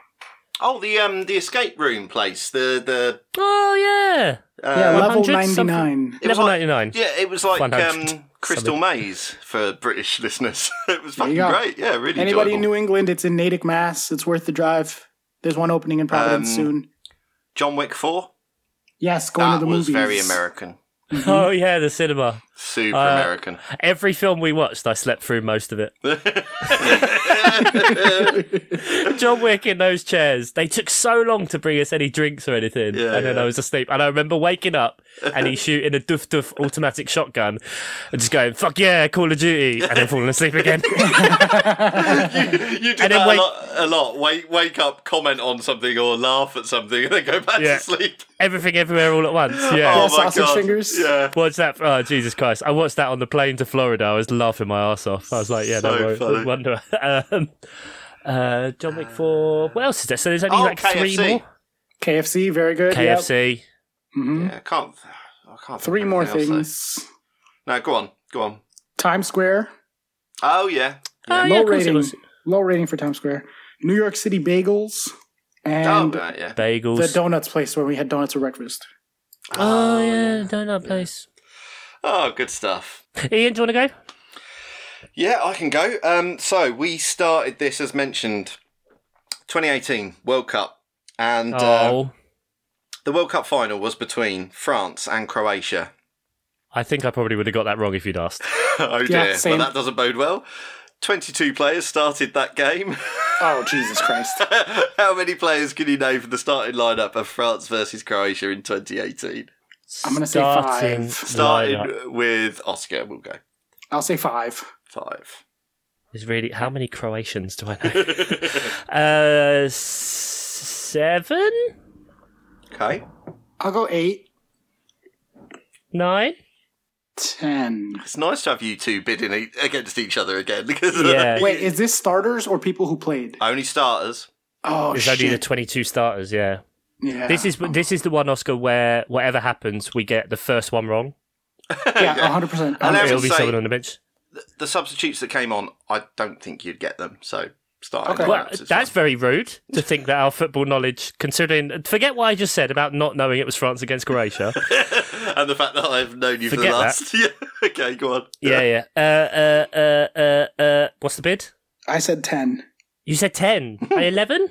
[SPEAKER 1] Oh, the um, the escape room place. The
[SPEAKER 2] oh yeah.
[SPEAKER 1] the. Uh,
[SPEAKER 3] Yeah, level
[SPEAKER 2] 100 something.
[SPEAKER 3] ninety-nine.
[SPEAKER 1] was
[SPEAKER 2] Level
[SPEAKER 1] like-
[SPEAKER 2] 99.
[SPEAKER 1] Yeah, it was like
[SPEAKER 2] 100
[SPEAKER 1] um, Crystal Maze for British listeners. it was fucking
[SPEAKER 3] you go.
[SPEAKER 1] great. Yeah, really. enjoyable.
[SPEAKER 3] Anybody in New England? It's in Natick, Mass. It's worth the drive. There's one opening in Providence
[SPEAKER 1] Um,
[SPEAKER 3] soon.
[SPEAKER 1] John Wick Four.
[SPEAKER 3] Yes, going to
[SPEAKER 1] That
[SPEAKER 3] the
[SPEAKER 1] was
[SPEAKER 3] movies.
[SPEAKER 1] very American.
[SPEAKER 2] Oh
[SPEAKER 1] mm-hmm.
[SPEAKER 2] yeah, the cinema.
[SPEAKER 1] Super
[SPEAKER 2] Uh,
[SPEAKER 1] American.
[SPEAKER 2] Every film we watched, I slept through most of it. John Wick in those chairs. They took so long to bring us any drinks or anything,
[SPEAKER 1] Yeah,
[SPEAKER 2] and then
[SPEAKER 1] yeah.
[SPEAKER 2] I was asleep. And I remember waking up and he's shooting a duff duff automatic shotgun, and just going "fuck yeah, Call of Duty," and then falling asleep again.
[SPEAKER 1] You do
[SPEAKER 2] And then
[SPEAKER 1] that
[SPEAKER 2] wake-
[SPEAKER 1] a lot. A lot. Wake, wake up, comment on something, or laugh at something, and then go back
[SPEAKER 2] Yeah.
[SPEAKER 1] to sleep.
[SPEAKER 2] Everything, everywhere, all at once. Yeah.
[SPEAKER 1] Oh
[SPEAKER 3] Yeah,
[SPEAKER 1] my
[SPEAKER 3] sausage
[SPEAKER 1] god!
[SPEAKER 3] fingers.
[SPEAKER 1] Yeah,
[SPEAKER 2] Watch that. Oh, Jesus Christ. I watched that on the plane to Florida. I was laughing my ass off. I was like, yeah,
[SPEAKER 1] So
[SPEAKER 2] no wor-
[SPEAKER 1] funny.
[SPEAKER 2] wonder. Um, uh, John Wick 4. What else is there? So there's only
[SPEAKER 1] Oh,
[SPEAKER 2] like three
[SPEAKER 1] KFC.
[SPEAKER 2] more?
[SPEAKER 3] KFC, very good. yep.
[SPEAKER 2] KFC.
[SPEAKER 3] Mhm.
[SPEAKER 1] yeah. I can't. I can't. think
[SPEAKER 3] Three
[SPEAKER 1] of
[SPEAKER 3] more
[SPEAKER 1] anything else, uh, though.
[SPEAKER 3] things.
[SPEAKER 1] No, go on, go on.
[SPEAKER 3] Times Square,
[SPEAKER 1] Oh yeah.
[SPEAKER 2] Oh, yeah,
[SPEAKER 3] low
[SPEAKER 2] of course it
[SPEAKER 3] rating,
[SPEAKER 2] was.
[SPEAKER 3] low rating for Times Square. New York City bagels
[SPEAKER 1] Oh
[SPEAKER 3] and
[SPEAKER 1] right, yeah.
[SPEAKER 2] Bagels.
[SPEAKER 3] the donuts place where we had donuts for breakfast.
[SPEAKER 2] oh, yeah, donut place.
[SPEAKER 1] Oh, good stuff.
[SPEAKER 2] Ian, do you want to go?
[SPEAKER 1] Yeah, I can go. Um, so we started this as mentioned, 2018 World Cup, and uh,
[SPEAKER 2] oh,
[SPEAKER 1] the World Cup final was between France and Croatia.
[SPEAKER 2] I think I probably would have got that wrong if you'd asked.
[SPEAKER 1] oh
[SPEAKER 3] Yeah,
[SPEAKER 1] dear,
[SPEAKER 3] same.
[SPEAKER 1] well that doesn't bode well. 22 players started that game.
[SPEAKER 3] Oh Jesus Christ!
[SPEAKER 1] How many players can you name for the starting lineup of France versus Croatia in 2018?
[SPEAKER 3] I'm gonna say
[SPEAKER 2] Starting
[SPEAKER 3] five.
[SPEAKER 1] Starting
[SPEAKER 2] lineup.
[SPEAKER 1] with Oscar, we'll go
[SPEAKER 3] I'll say five.
[SPEAKER 1] five.
[SPEAKER 2] Is really how many Croatians do I know? uh, seven,
[SPEAKER 1] Okay.
[SPEAKER 3] I'll go eight,
[SPEAKER 2] nine.
[SPEAKER 3] ten.
[SPEAKER 1] It's nice to have you two bidding e- against each other again because
[SPEAKER 2] Yeah.
[SPEAKER 3] Wait, is this starters or people who played?
[SPEAKER 1] only starters.
[SPEAKER 3] Oh
[SPEAKER 2] There's
[SPEAKER 3] shit!
[SPEAKER 2] only the twenty-two starters. Yeah.
[SPEAKER 3] yeah.
[SPEAKER 2] This is this is the one Oscar where whatever happens, we get the first one wrong.
[SPEAKER 3] yeah, 100. percent
[SPEAKER 1] And I would
[SPEAKER 2] It'll be
[SPEAKER 1] say-
[SPEAKER 2] someone on the bench.
[SPEAKER 1] The substitutes that came on, I don't think you'd get them. So starting.
[SPEAKER 3] Okay.
[SPEAKER 2] Well,
[SPEAKER 1] points. It's
[SPEAKER 2] that's
[SPEAKER 1] fine.
[SPEAKER 2] very rude to think that our football knowledge, considering, forget what I just said about not knowing it was France against Croatia.
[SPEAKER 1] and the fact that I've known you for the
[SPEAKER 2] Forget
[SPEAKER 1] last. Yeah. Okay, go on.
[SPEAKER 2] yeah, yeah. Uh, uh, uh, uh, uh, what's the bid?
[SPEAKER 3] I said 10.
[SPEAKER 2] You said 10. By 11?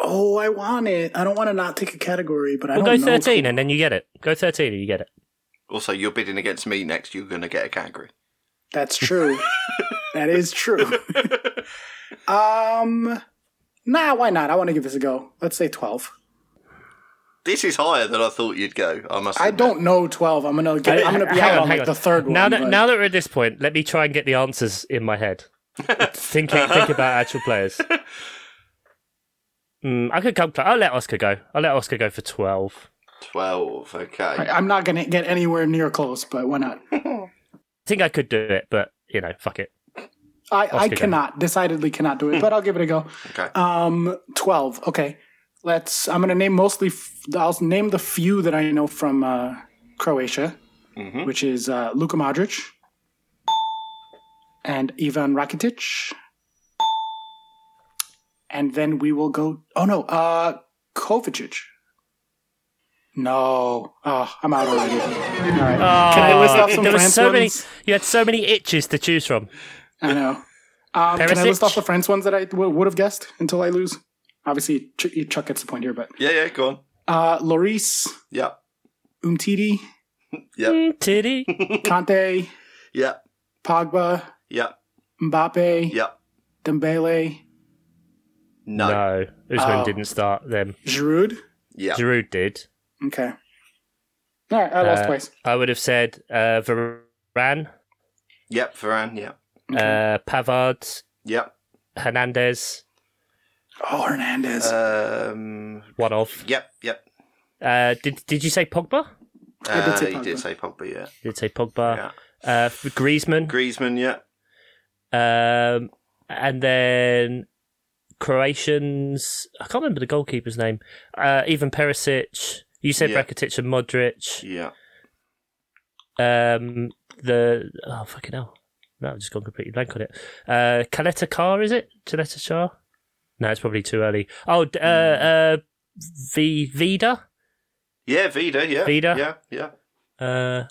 [SPEAKER 3] Oh, I want it. I don't want to not take a category, but I
[SPEAKER 2] We'll go
[SPEAKER 3] don't know.
[SPEAKER 2] 13 and then you get it. Go 13 and you get it.
[SPEAKER 1] Also, you're bidding against me next. You're going to get a category.
[SPEAKER 3] That's true. that is true. um, nah, why not? I want to give this a go. Let's say 12.
[SPEAKER 1] This is higher than I thought you'd go. I must.
[SPEAKER 3] I
[SPEAKER 1] admit.
[SPEAKER 3] don't know 12. I'm going to get, I'm going to be
[SPEAKER 2] Hang
[SPEAKER 3] out
[SPEAKER 2] on,
[SPEAKER 3] on
[SPEAKER 2] hang
[SPEAKER 3] like
[SPEAKER 2] on.
[SPEAKER 3] the third one.
[SPEAKER 2] Now that,
[SPEAKER 3] but-
[SPEAKER 2] now that we're at this point, let me try and get the answers in my head. think, think about actual players. Mm, I could come. I'll let Oscar go. I'll let Oscar go for 12.
[SPEAKER 1] Twelve. Okay.
[SPEAKER 3] I- I'm not going to get anywhere near close, but why not?
[SPEAKER 2] I think I could do it, but, you know, fuck it.
[SPEAKER 3] I, I
[SPEAKER 2] go.
[SPEAKER 3] cannot, decidedly cannot do it, but I'll give it a go.
[SPEAKER 1] Okay.
[SPEAKER 3] Um, 12. Okay. Let's, I'm going to name mostly, f- I'll name the few that I know from uh, Croatia,
[SPEAKER 1] Mhm.
[SPEAKER 3] which is uh, Luka Modric and Ivan Rakitic. And then we will go, oh no, uh, Kovacic. No. Oh, I'm out already. All right. Can I list
[SPEAKER 2] Oh,
[SPEAKER 3] off some
[SPEAKER 2] there were
[SPEAKER 3] France
[SPEAKER 2] so many.
[SPEAKER 3] ones?
[SPEAKER 2] You had so many itches to choose from.
[SPEAKER 3] I know. Um, can I
[SPEAKER 2] Perisic?
[SPEAKER 3] list off the French ones that I w- would have guessed until I lose? Obviously, Ch- Chuck gets the point here, but
[SPEAKER 1] Yeah. Yeah. Go on.
[SPEAKER 3] uh, Loris,
[SPEAKER 1] Yeah.
[SPEAKER 3] Umtiti,
[SPEAKER 1] Yeah.
[SPEAKER 2] Mm, titty.
[SPEAKER 3] Conte,
[SPEAKER 1] Yeah.
[SPEAKER 3] Pogba,
[SPEAKER 1] Yeah.
[SPEAKER 3] Mbappe,
[SPEAKER 1] Yeah.
[SPEAKER 3] Dembele,
[SPEAKER 1] No.
[SPEAKER 2] No, Usman
[SPEAKER 3] Oh.
[SPEAKER 2] didn't start them.
[SPEAKER 3] Giroud.
[SPEAKER 1] Yeah.
[SPEAKER 2] Giroud did.
[SPEAKER 3] Okay. All right, I lost
[SPEAKER 2] Uh,
[SPEAKER 3] twice.
[SPEAKER 2] I would have said uh, Varane,
[SPEAKER 1] Yep. Varane. Yeah.
[SPEAKER 2] uh, Pavard,
[SPEAKER 1] Yep.
[SPEAKER 2] Hernandez,
[SPEAKER 3] Oh, Hernandez.
[SPEAKER 1] uh, Um.
[SPEAKER 2] one of.
[SPEAKER 1] Yep. Yep.
[SPEAKER 2] Uh, did Did you say Pogba?
[SPEAKER 3] I did say
[SPEAKER 1] Uh, he did
[SPEAKER 3] Pogba.
[SPEAKER 1] say Pogba. Yeah.
[SPEAKER 2] Did say Pogba?
[SPEAKER 1] Yeah.
[SPEAKER 2] Uh, Griezmann,
[SPEAKER 1] Griezmann. Yeah.
[SPEAKER 2] um, and then Croatians. I can't remember the goalkeeper's name. Uh, even Perisic. You said
[SPEAKER 1] Yeah.
[SPEAKER 2] Rakitic and Modric.
[SPEAKER 1] Yeah.
[SPEAKER 2] Um, the oh fucking hell, no, I've just gone completely blank on it. Uh, Caleta Car is it? Caleta Char? No, it's probably too early. Oh, d- uh,
[SPEAKER 1] Hmm.
[SPEAKER 2] uh, v- Vida.
[SPEAKER 1] Yeah. Vida. Yeah.
[SPEAKER 2] Vida?
[SPEAKER 1] Yeah. Yeah.
[SPEAKER 2] Uh,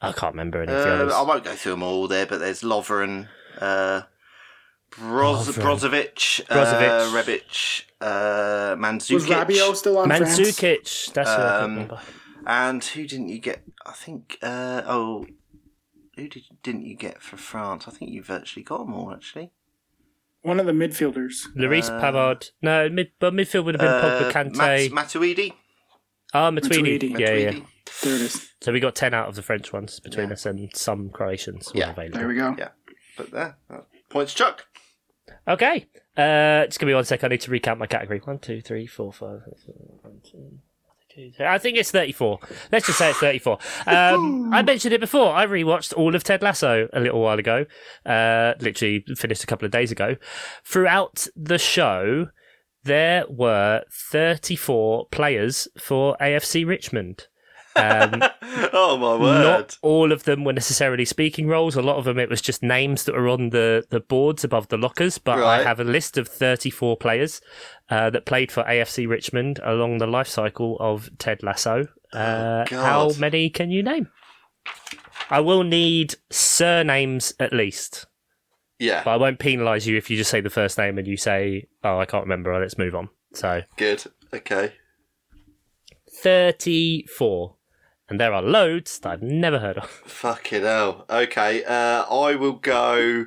[SPEAKER 2] I can't remember any of the
[SPEAKER 1] Uh,
[SPEAKER 2] others.
[SPEAKER 1] I won't go through them all there, but there's Lovren, uh, Broz-
[SPEAKER 2] Lovren.
[SPEAKER 1] Brozovic, uh,
[SPEAKER 2] Brozovic.
[SPEAKER 1] Rebic, uh, Mandzukic.
[SPEAKER 3] Was Rabiot still on France?
[SPEAKER 2] Mandzukic. That's what I can't
[SPEAKER 1] Um,
[SPEAKER 2] remember.
[SPEAKER 1] And who didn't you get? I think. Uh, oh, who did didn't you get for France? I think you virtually got them all actually.
[SPEAKER 3] One of the midfielders.
[SPEAKER 2] Lloris
[SPEAKER 1] uh,
[SPEAKER 2] Pavard. No, mid, but midfield would have been Pogba, Kante.
[SPEAKER 1] Mat- Uh, Matuidi.
[SPEAKER 2] Ah, Matuidi.
[SPEAKER 3] Matuidi.
[SPEAKER 2] Yeah, yeah.
[SPEAKER 1] Matuidi.
[SPEAKER 3] There it is.
[SPEAKER 2] So we got ten out of the French ones between
[SPEAKER 1] Yeah.
[SPEAKER 2] us, and some Croatians were
[SPEAKER 1] Yeah.
[SPEAKER 2] available.
[SPEAKER 3] There we go.
[SPEAKER 1] Yeah. But there, that points Chuck.
[SPEAKER 2] Okay. Uh, just give me one sec. I need to recount my category. One, two, three, four, five. six, seven, eight, nine, ten, two, three. I think it's 34. Let's just say it's 34. Um, I mentioned it before. I rewatched all of Ted Lasso a little while ago. Uh, literally finished a couple of days ago. Throughout the show, there were 34 players for AFC Richmond. Um,
[SPEAKER 1] oh my word!
[SPEAKER 2] not all of them were necessarily speaking roles. A lot of them, it was just names that were on the, the boards above the lockers. But I
[SPEAKER 1] Right.
[SPEAKER 2] have a list of 34 players uh, that played for AFC Richmond along the life cycle of Ted Lasso.
[SPEAKER 1] Oh,
[SPEAKER 2] Uh,
[SPEAKER 1] God.
[SPEAKER 2] how many can you name? I will need surnames at least,
[SPEAKER 1] yeah,
[SPEAKER 2] but I won't penalise you if you just say the first name and you say, oh, I can't remember, let's move on. So
[SPEAKER 1] good. Okay.
[SPEAKER 2] 34. And there are loads that I've never heard of.
[SPEAKER 1] Fucking hell. Okay, uh, I will go.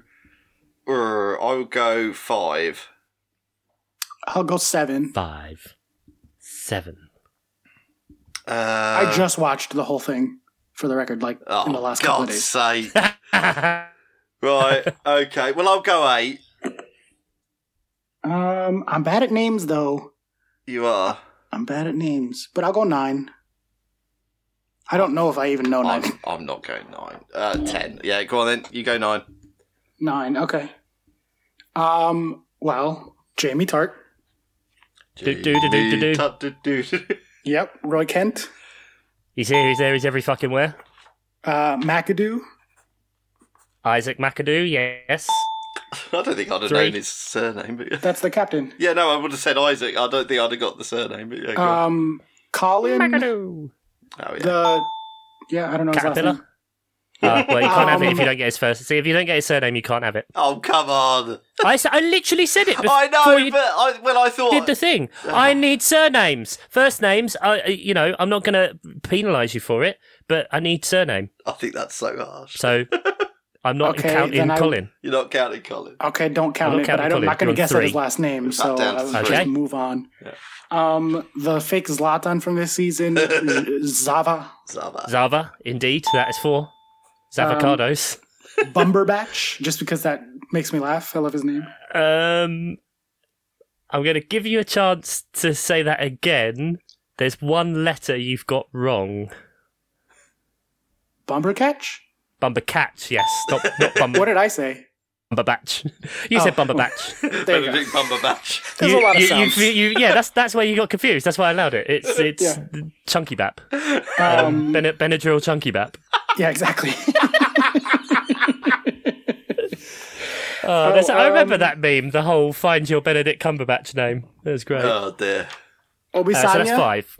[SPEAKER 1] Err, I will go five.
[SPEAKER 3] I'll go seven.
[SPEAKER 2] Five, seven,
[SPEAKER 1] Uh,
[SPEAKER 3] I just watched the whole thing for the record, like
[SPEAKER 1] Oh,
[SPEAKER 3] in the last couple of
[SPEAKER 1] God's
[SPEAKER 3] days.
[SPEAKER 1] sake. right, okay. Well, I'll go eight.
[SPEAKER 3] Um, I'm bad at names though.
[SPEAKER 1] You are.
[SPEAKER 3] I'm bad at names, but I'll go nine. I don't know if I
[SPEAKER 2] Oh,
[SPEAKER 3] even know
[SPEAKER 1] I'm,
[SPEAKER 3] nine.
[SPEAKER 1] I'm not going nine. Uh, ten. Yeah, go on then. You go nine.
[SPEAKER 3] Nine, okay. Um, well, Jamie Tart.
[SPEAKER 2] Do- do- do- do- do- do.
[SPEAKER 1] Tut- do- do- do.
[SPEAKER 3] Yep. Roy Kent.
[SPEAKER 2] He's here, he's there, he's every fucking where.
[SPEAKER 3] Uh, McAdoo.
[SPEAKER 2] Isaac McAdoo, yes.
[SPEAKER 1] I don't think I'd have
[SPEAKER 2] Three.
[SPEAKER 1] known his surname. But
[SPEAKER 3] That's the captain.
[SPEAKER 1] yeah, no, I would have said Isaac. I don't think I'd have got the surname. But yeah, go on.
[SPEAKER 3] Um, Colin,
[SPEAKER 2] Magadoo. Uh,
[SPEAKER 1] oh, yeah.
[SPEAKER 3] the yeah, I don't know his last
[SPEAKER 2] Caterpillar.
[SPEAKER 3] name.
[SPEAKER 2] Uh, well, you can't have it if
[SPEAKER 3] Um,
[SPEAKER 2] you don't get his first. See, if you don't get his surname, you can't have it.
[SPEAKER 1] oh come on!
[SPEAKER 2] I, s- I literally said it.
[SPEAKER 1] I know,
[SPEAKER 2] before you
[SPEAKER 1] but I, well, I
[SPEAKER 3] Oh.
[SPEAKER 1] thought
[SPEAKER 2] did the thing. I need surnames. First names. I, I- you know, I'm not going to penalise you for it, but I need surname.
[SPEAKER 1] I think that's so harsh.
[SPEAKER 2] So I'm not
[SPEAKER 3] Okay,
[SPEAKER 2] counting
[SPEAKER 3] then I-
[SPEAKER 2] Colin.
[SPEAKER 1] You're not counting Colin.
[SPEAKER 3] Okay, don't count
[SPEAKER 2] don't
[SPEAKER 3] it,
[SPEAKER 2] count
[SPEAKER 3] but
[SPEAKER 2] it,
[SPEAKER 3] I don't, I'm
[SPEAKER 2] Colin.
[SPEAKER 3] not going
[SPEAKER 2] You're
[SPEAKER 3] to guess at his
[SPEAKER 2] three.
[SPEAKER 3] last name, so
[SPEAKER 1] Not down to
[SPEAKER 3] I'll
[SPEAKER 1] three.
[SPEAKER 2] Okay.
[SPEAKER 3] just move on.
[SPEAKER 1] Yeah.
[SPEAKER 3] Um, the fake Zlatan from this season, Z- Zava,
[SPEAKER 1] Zava.
[SPEAKER 2] Zava, indeed, that is four.
[SPEAKER 3] Um,
[SPEAKER 2] Zavacados.
[SPEAKER 3] Bumberbatch, just because that makes me laugh. I love his name.
[SPEAKER 2] Um, I'm going to give you a chance to say that again. There's one letter you've got wrong.
[SPEAKER 3] Bumbercatch?
[SPEAKER 2] Bumbercatch, yes. Not, not
[SPEAKER 3] What
[SPEAKER 2] Bumber,
[SPEAKER 3] did I say
[SPEAKER 2] Bumberbatch. You said Bumberbatch.
[SPEAKER 3] There you go.
[SPEAKER 1] Benedict Cumberbatch.
[SPEAKER 3] There's
[SPEAKER 2] you,
[SPEAKER 3] a lot of
[SPEAKER 2] you-
[SPEAKER 3] sounds.
[SPEAKER 2] you- you- yeah, that's that's where you got confused. That's why I allowed it. It's it's Chunky Bap. Um,
[SPEAKER 3] Um,
[SPEAKER 2] Bene- Benadryl Chunky Bap.
[SPEAKER 3] yeah, exactly.
[SPEAKER 2] Uh, there's- I remember
[SPEAKER 3] um,
[SPEAKER 2] that meme, the whole find your Benedict Cumberbatch name. That was great.
[SPEAKER 3] Uh,
[SPEAKER 1] Oh dear.
[SPEAKER 3] Obisanya.
[SPEAKER 2] Uh, so that's five.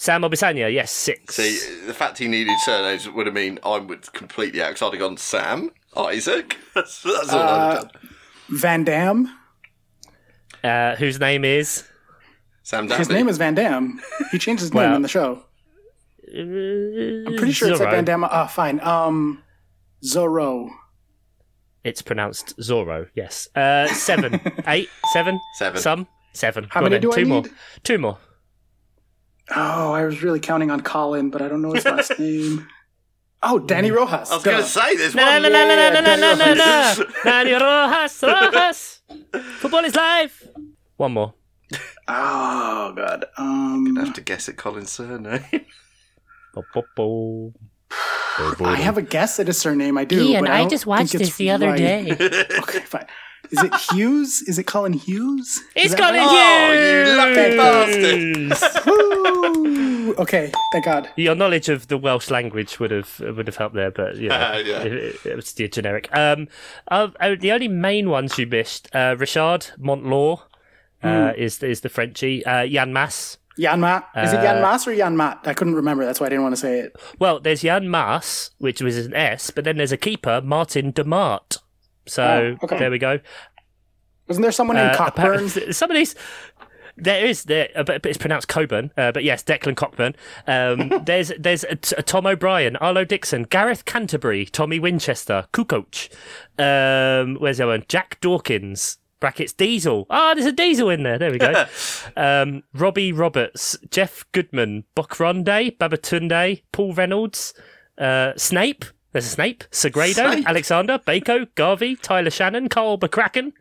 [SPEAKER 2] Sam Obisanya, yes, six.
[SPEAKER 1] See, the fact he needed surnames would have mean I would completely out. 'cause I'd have gone Sam, Isaac. That's, that's all I'd have done.
[SPEAKER 3] Van Dam.
[SPEAKER 2] Uh, whose name is?
[SPEAKER 1] Sam
[SPEAKER 3] His
[SPEAKER 1] Dabney.
[SPEAKER 3] name is Van Dam. He changed his
[SPEAKER 2] Well,
[SPEAKER 3] name in the show.
[SPEAKER 2] I'm
[SPEAKER 3] Pretty sure it's like Van Dam. Ah, fine. Um, Zorro.
[SPEAKER 2] It's pronounced Zorro. Yes. Uh, seven, eight, seven,
[SPEAKER 1] Seven.
[SPEAKER 2] some seven.
[SPEAKER 3] How
[SPEAKER 2] Go on
[SPEAKER 3] many
[SPEAKER 2] then.
[SPEAKER 3] do I
[SPEAKER 2] Two more.
[SPEAKER 3] need?
[SPEAKER 2] Two more.
[SPEAKER 3] Oh, I was really counting on Colin, but I don't know his last name. Oh, Danny Rojas.
[SPEAKER 1] I was going
[SPEAKER 3] Duh.
[SPEAKER 1] to say there's
[SPEAKER 2] Na
[SPEAKER 1] one.
[SPEAKER 2] na na na na na na na na.
[SPEAKER 1] Rojas.
[SPEAKER 2] Nani Rojas, Rojas. Football is life. One more.
[SPEAKER 3] Oh God.
[SPEAKER 1] I
[SPEAKER 3] Um,
[SPEAKER 1] have to guess at Colin's surname.
[SPEAKER 2] Bo- bo- bo.
[SPEAKER 3] I have a guess at a surname. I do.
[SPEAKER 5] Ian,
[SPEAKER 3] but I,
[SPEAKER 5] I
[SPEAKER 3] don't
[SPEAKER 5] just
[SPEAKER 3] think
[SPEAKER 5] watched
[SPEAKER 3] it's
[SPEAKER 5] this the other
[SPEAKER 3] right.
[SPEAKER 5] day.
[SPEAKER 3] Okay, fine. Is it Hughes? Is it Colin Hughes?
[SPEAKER 2] It's
[SPEAKER 3] Is that
[SPEAKER 2] Colin
[SPEAKER 3] right? Oh,
[SPEAKER 1] Oh, you lucky
[SPEAKER 2] Hughes.
[SPEAKER 1] bastard.
[SPEAKER 3] Woo! Okay, thank God.
[SPEAKER 2] Your knowledge of the Welsh language would have would have helped there, but you know,
[SPEAKER 1] Uh, yeah.
[SPEAKER 2] it, it, it was the generic. Um, of- uh, the only main ones you missed: uh, Richard Montlaw uh,
[SPEAKER 3] Hmm.
[SPEAKER 2] is is the Frenchy. Uh, Jan Mas.
[SPEAKER 3] Jan Mat. Is
[SPEAKER 2] Uh,
[SPEAKER 3] it Jan Mas or Jan Mat? I couldn't remember. That's why I didn't want to say it.
[SPEAKER 2] Well, there's Jan Mas, which was an S, but then there's a keeper, Martin Demart. So
[SPEAKER 3] Oh, okay.
[SPEAKER 2] there we go.
[SPEAKER 3] Wasn't there someone in
[SPEAKER 2] Uh,
[SPEAKER 3] Cockburn?
[SPEAKER 2] apparently- some of these. There is there, uh, but but it's pronounced Coburn. Uh, but yes, Declan Cockburn. Um, there's there's a, t- a Tom O'Brien, Arlo Dixon, Gareth Canterbury, Tommy Winchester, Kukoc. Um, where's the other one? Jack Dawkins. Brackets Diesel. Ah, there's a Diesel in there. There we go. um, Robbie Roberts, Jeff Goodman, Bokronde, Babatunde, Paul Reynolds, uh, Snape. There's a Snape, Segredo,
[SPEAKER 1] Snape.
[SPEAKER 2] Alexander, Baco, Garvey, Tyler Shannon, Carl McCracken,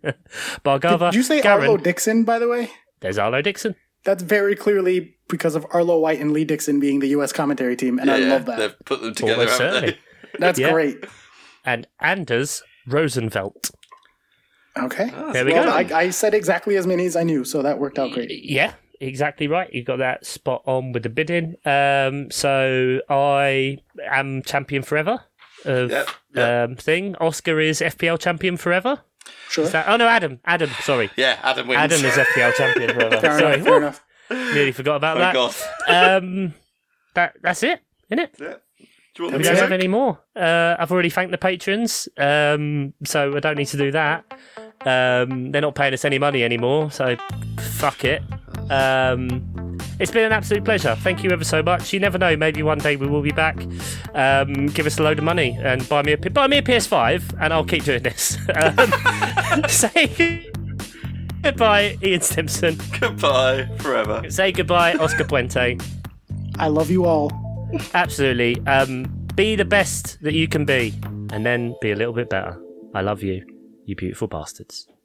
[SPEAKER 2] Bargava.
[SPEAKER 3] Did you say
[SPEAKER 2] Garen.
[SPEAKER 3] Arlo Dixon, by the way?
[SPEAKER 2] There's Arlo Dixon.
[SPEAKER 3] That's very clearly because of Arlo White and Lee Dixon being the U.S. commentary team, and I
[SPEAKER 1] Yeah,
[SPEAKER 3] love that.
[SPEAKER 1] They've put them together,
[SPEAKER 2] Almost
[SPEAKER 1] haven't
[SPEAKER 2] certainly.
[SPEAKER 3] That's
[SPEAKER 2] yeah.
[SPEAKER 3] great.
[SPEAKER 2] And Anders Rosenfeld.
[SPEAKER 3] Okay.
[SPEAKER 1] they?
[SPEAKER 2] There we
[SPEAKER 3] well,
[SPEAKER 2] go.
[SPEAKER 3] I, I said exactly as many as I knew, so that worked out great.
[SPEAKER 2] Yeah, exactly right. You got that spot on with the bidding. Um, so I am champion forever of
[SPEAKER 1] Yep, yep.
[SPEAKER 2] Um, thing. Oscar is FPL champion forever.
[SPEAKER 3] Sure.
[SPEAKER 2] Is that- oh no, Adam. Adam, sorry.
[SPEAKER 1] Yeah, Adam wins.
[SPEAKER 2] Adam is FPL champion forever.
[SPEAKER 3] Fair
[SPEAKER 2] sorry,
[SPEAKER 3] enough. Fair enough.
[SPEAKER 2] nearly forgot about
[SPEAKER 1] Thank
[SPEAKER 2] that.
[SPEAKER 1] God.
[SPEAKER 2] Um, that that's it, isn't it?
[SPEAKER 1] Yeah. Do you want
[SPEAKER 2] We
[SPEAKER 1] me
[SPEAKER 2] don't
[SPEAKER 1] to
[SPEAKER 2] have any more. Uh, I've already thanked the patrons, um, so I don't need to do that. Um, they're not paying us any money anymore, so fuck it. Um, it's been an absolute pleasure. Thank you ever so much. You never know, maybe one day we will be back. Um, give us a load of money and buy me a buy me a PS5, and I'll keep doing this. Um, say goodbye, Ian Simpson.
[SPEAKER 1] Goodbye forever.
[SPEAKER 2] Say goodbye, Oscar Puente.
[SPEAKER 3] I love you all.
[SPEAKER 2] Absolutely. Um, be the best that you can be, and then be a little bit better. I love you, you beautiful bastards.